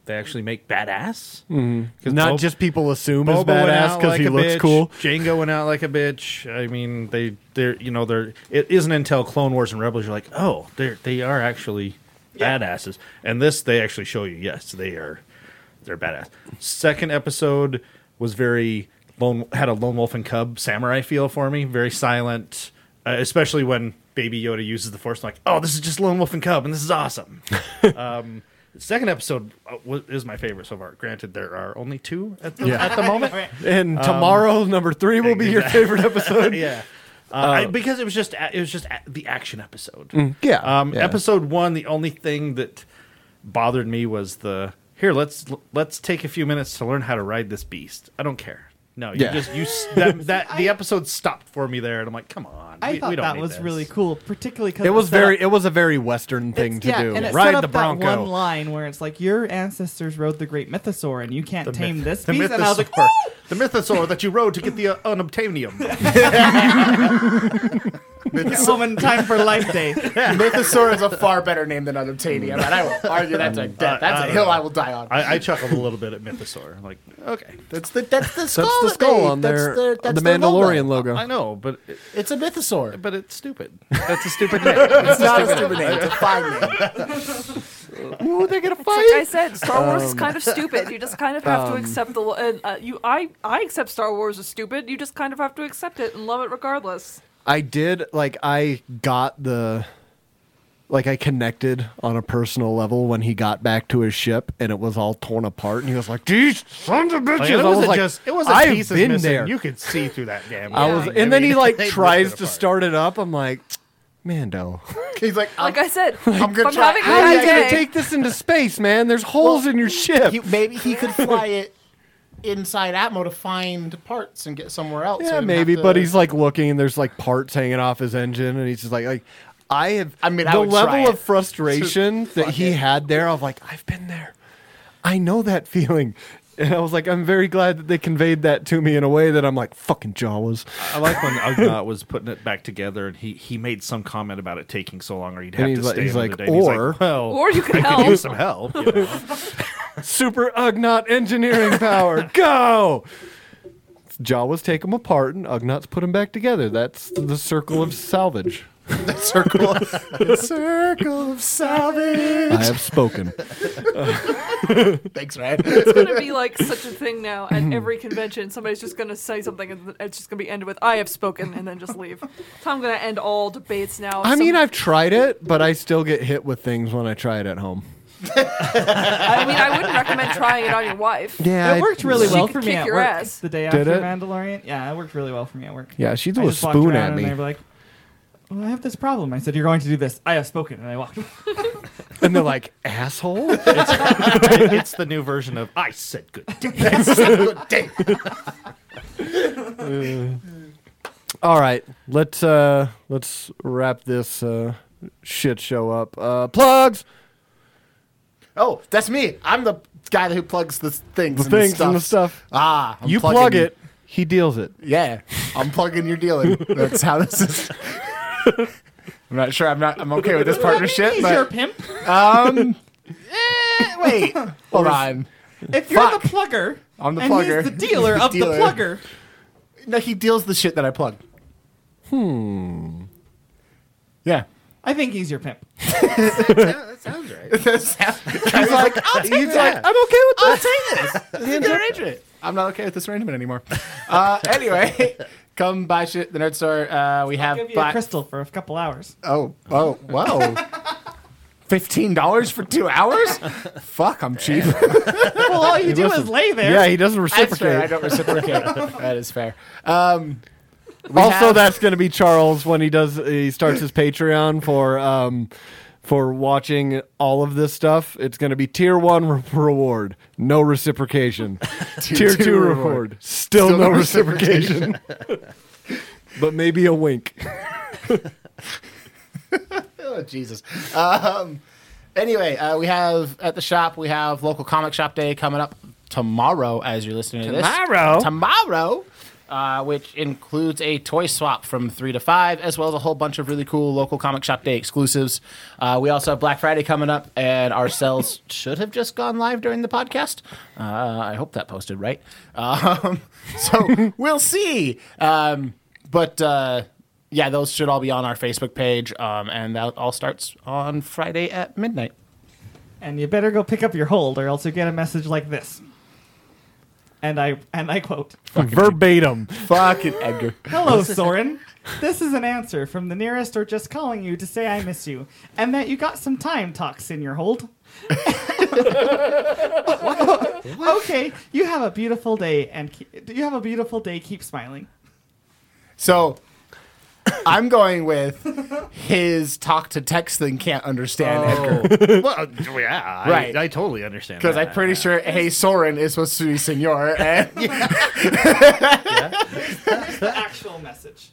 they actually make badass. Mm-hmm. Mhm. 'Cause not Bob- just people assume is Boba went badass out because like he a looks bitch. cool Django went out like a bitch. I mean, they they're you know they're it isn't until Clone Wars and Rebels you're like, oh, they they are actually badasses. And this they actually show you, yes, they are they're badass. Second episode was very lone had a lone wolf and cub samurai feel for me, very silent. Uh, especially when Baby Yoda uses the Force, I'm like, oh, this is just lone wolf and cub, and this is awesome. um, the second episode uh, wa- is my favorite so far. Granted, there are only two at the, Yeah. at the moment, and Um, tomorrow number three will be your favorite episode yeah, uh, Uh, I- because it was just a- it was just a- the action episode. Mm, yeah, Um, yeah. Episode one, the only thing that bothered me was the here. Let's let's take a few minutes to learn how to ride this beast. I don't care. No, you Yeah. just you s- that, that the episode stopped for me there, and I'm like, come on. I we- thought we don't that need was this. really cool, particularly because it was very it was a very western thing to yeah, do and it ride set up the that bronco one line where it's like your ancestors rode the great mythosaur and you can't tame myth- this the beast. And I was like, mythosaur. the mythosaur that you rode to get the uh, unobtainium. so many time for life day. Mythosaur is a far better name than unobtainium, and I will argue that to death. That's I- a I hill don't I know. will die on. I, I chuckled a little bit at Mythosaur. Like, okay, that's the that's the skull. that's the that skull they- on that's there their- the that's their mandalorian logo I know, but it, It's a mythosaur. But it's stupid. That's a stupid name. It's not a stupid stupid name. name. It's a fine name. Ooh, they're gonna It's like I said, Star Wars is Um, kind of stupid. You just kind of have to um, accept the. And, uh, you, I, I accept Star Wars as stupid. You just kind of have to accept it and love it regardless. I did like I got the like I connected on a personal level when he got back to his ship and it was all torn apart and he was like, "These sons of bitches!" Like, it I wasn't was like, just. It wasn't "I've pieces been missing. there." You could see through that damn. I was, thing. and then I he mean, like they tries ripped it to start it up. I'm like, Mando, He's like, like I said, I'm, gonna I'm having a How are bad you gonna day. take this into space, man? There's holes in your ship. He, maybe he could fly it inside Atmo to find parts and get somewhere else. so he yeah, didn't have maybe. to- But he's like looking, and there's like parts hanging off his engine, and he's just like, like I have. I mean, I the would try level it. of frustration that he had there. I was like, I've been there. I know that feeling, and I was like, I'm very glad that they conveyed that to me in a way that I'm like, fucking Jawas. I like when Ugnat was putting it back together, and he, he made some comment about it taking so long, or he'd And have he's to like- stay he's another like, day. And he's "Or- well, Or you could I help." Could use some help. you know? Super Ugnaught engineering power, go! Jawas take them apart, and Ugnaughts put them back together. That's the circle of salvage. the circle. The circle of salvage. I have spoken. Thanks, Ryan. It's gonna be like such a thing now Mm-hmm. at every convention. Somebody's just gonna say something, and it's just gonna be ended with "I have spoken," and then just leave. So I'm gonna end all debates now. I Some- mean, I've tried it, but I still get hit with things when I try it at home. I mean, I wouldn't recommend trying it on your wife. Yeah, it I- worked really She well could for me kick at your work. ass. The day Did after it? Mandalorian, yeah, it worked really well for me at work. Yeah, she I threw a just walked spoon around at me. And they were like, "Well, I have this problem. I said, "You're going to do this." I have spoken, and I walked. And they're like, asshole. it's, it's the new version of I said good day. I said good day. All right, let's uh, let's wrap this uh, shit show up. Uh, plugs. Oh, that's me. I'm the guy who plugs the things, The and things the and the stuff. Ah, I'm you plugging- plug it, he deals it. Yeah, I'm plugging your dealing. That's how this is. I'm not sure. I'm not. I'm okay with this partnership. He's but, your pimp. Um, wait, hold on. If you're the plugger, I'm the and plugger. He's the dealer of Dealer. the plugger. No, he deals the shit that I plug. Hmm. Yeah. I think he's your pimp. that sounds right. he's like, I'll take he's that. like, I'm okay with I'll this. take this. This is a good arrangement. I'm not okay with this arrangement anymore. Uh, anyway, Come buy shit at the nerd store. Uh, we have give you a black- crystal for a couple hours. Oh, oh, wow. Fifteen dollars for two hours? Fuck, I'm cheap. well, all you He do is doesn't- lay there. yeah, he doesn't That's fair, reciprocate. that is fair. Um, we also, have- that's going to be Charles when he does he starts his Patreon for um for watching all of this stuff. It's going to be tier one re- reward, no reciprocation. tier, two, reward, still, no reciprocation. but maybe a wink. oh, Jesus. Um, Anyway, uh, we have at the shop we have local comic shop day coming up tomorrow. As you're listening to this, Tomorrow? tomorrow, uh, which includes a toy swap from three to five, as well as a whole bunch of really cool local comic shop day exclusives. Uh, we also have Black Friday coming up, and our sales should have just gone live during the podcast. Uh, I hope that posted right. Um, so we'll see. Um, but. Uh, yeah, those should all be on our Facebook page, um, and that all starts on Friday at midnight. and you better go pick up your hold, or else you get a message like this. And I and I quote: Verbatim. Fucking Edgar. "Hello, Soren. This is an answer from the nearest, or just calling you to say I miss you, and that you got some time talks in your hold." okay, you have a beautiful day, and keep, you have a beautiful day. Keep smiling. So I'm going with his talk to text thing can't understand Edgar. well, yeah, I, Right. I totally understand Because that. I'm pretty sure Hey Soren is supposed to be senor. And Here's the actual message.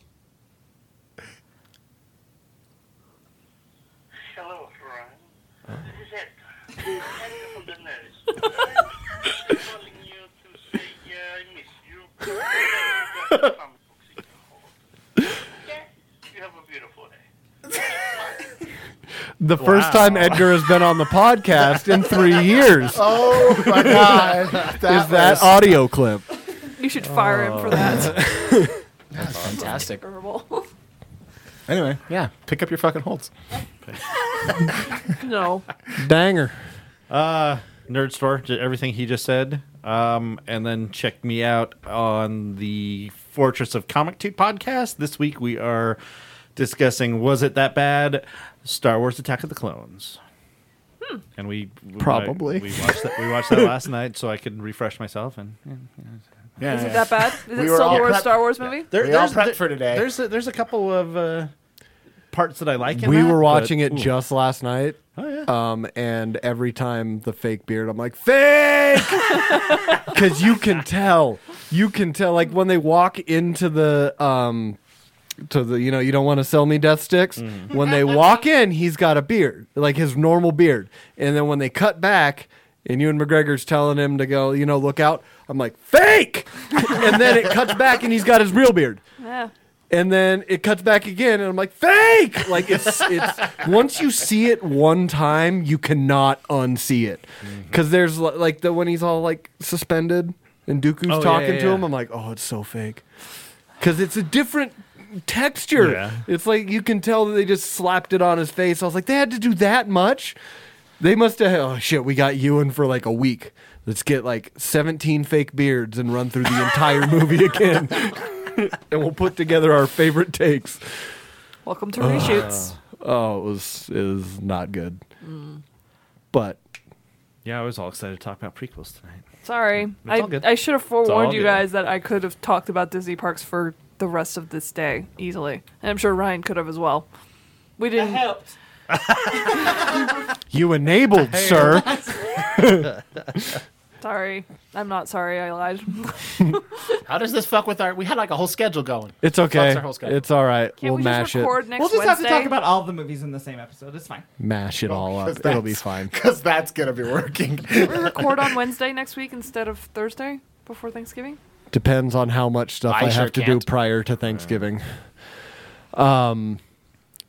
The first Wow. time Edgar has been on the podcast in three years. Oh my God. Is That that was- audio clip? You should fire him for that. That's fantastic. Terrible. Anyway, yeah, pick up your fucking holds. no. Danger. Uh, nerd store, j- everything he just said. Um, and then check me out on the Fortress of Comic Tube podcast. This week we are discussing Was It That Bad? Star Wars Attack of the Clones. And we we- Probably. we watched that we watched that last night, so I could refresh myself and Yeah, Is it that bad? Is it still the worst Star Wars movie? There- We all there's- prepped there- for today. There's a, there's a couple of uh, parts that I like. In we that, were but- watching it ooh. just last night. Oh, yeah. Um, and every time the fake beard, I'm like, fake! Because you can tell. You can tell. Like when they walk into the. Um, to the you know you don't want to sell me death sticks when they walk in he's got a beard like his normal beard and then when they cut back and ewan mcgregor's telling him to go you know look out i'm like fake and then it cuts back and he's got his real beard Yeah. and then it cuts back again, and I'm like, fake! Like it's it's once you see it one time, you cannot unsee it. Mm-hmm. Because there's li- like the when he's all like suspended and Dooku's Oh, yeah, talking yeah, to him, yeah. I'm like, oh, it's so fake. Because it's a different texture. Yeah. It's like you can tell that they just slapped it on his face. I was like, they had to do that much. They must have. Oh shit, we got Ewan for like a week. Let's get like 17 fake beards and run through the entire movie again. and we'll put together our favorite takes. Welcome to reshoots. Oh, it was it was not good. Mm. But Yeah, I was all excited to talk about prequels tonight. Sorry. all I, good. I should have It's all forewarned you good. guys that I could have talked about Disney parks for the rest of this day easily. And I'm sure Ryan could have as well. We didn't. you enabled, Hey. sir. Sorry. I'm not sorry. I lied. How does this fuck with our? We had like a whole schedule going. it's Fucks okay. our whole schedule. It's all right. Can't we'll we just mash it. record next we'll just have to Wednesday? talk about all the movies in the same episode. It's fine. Mash Oh, it all up. 'cause It'll be that's- fine. Because that's going to be working. Can we record on Wednesday next week instead of Thursday before Thanksgiving? Depends on how much stuff I I, sure have to can't. do prior to Thanksgiving. Um,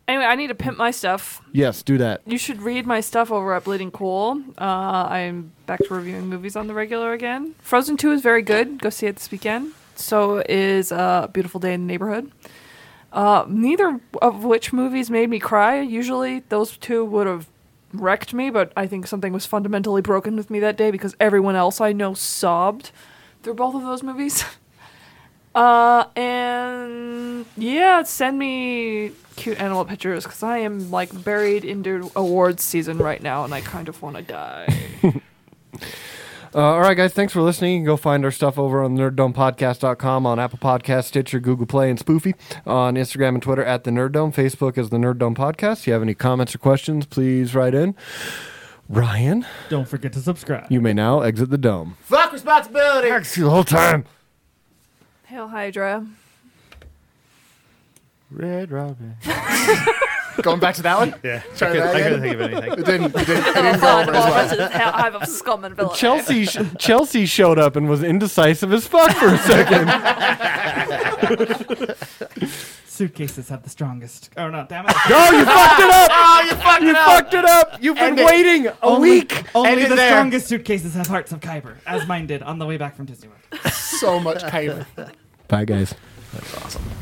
Anyway, I need to pimp my stuff. yes, do that. You should read my stuff over at Bleeding Cool. Uh, I'm back to reviewing movies on the regular again. Frozen 2 is very good. Go see it this weekend. So is uh, Beautiful Day in the Neighborhood. Uh, neither of which movies made me cry. Usually those two would have wrecked me, but I think something was fundamentally broken with me that day because everyone else I know sobbed through both of those movies. Uh, and not send me cute animal pictures because I am like buried into awards season right now, and I kind of want to die. Uh, all right, guys, thanks for listening. You can go find our stuff over on nerddomepodcast.com, on Apple Podcast, Stitcher, Google Play, and Spoofy, on Instagram and Twitter at The Nerd Dome, Facebook is The Nerd Dome Podcast. If you have any comments or questions, please write in. Ryan, Don't forget to subscribe. you may now exit the dome. Fuck responsibility. The whole time. Hail Hydra. Red Robin. Going back to that one? Yeah. Try I couldn't- I that again? couldn't think of anything. It didn't. It didn't, it Hail didn't go over Hydra. as well. Hail of scum and villainy. Chelsea sh- Chelsea showed up and was indecisive as fuck for a second. Suitcases have the strongest. Oh no, damn it! No, you fucked it up! Oh, you fucked You it up! fucked it up! You've been End it. waiting a Only- week! Only End it the there. strongest suitcases have hearts of Kyber, as mine did on the way back from Disney World. So much Kyber. Bye, guys. That's awesome.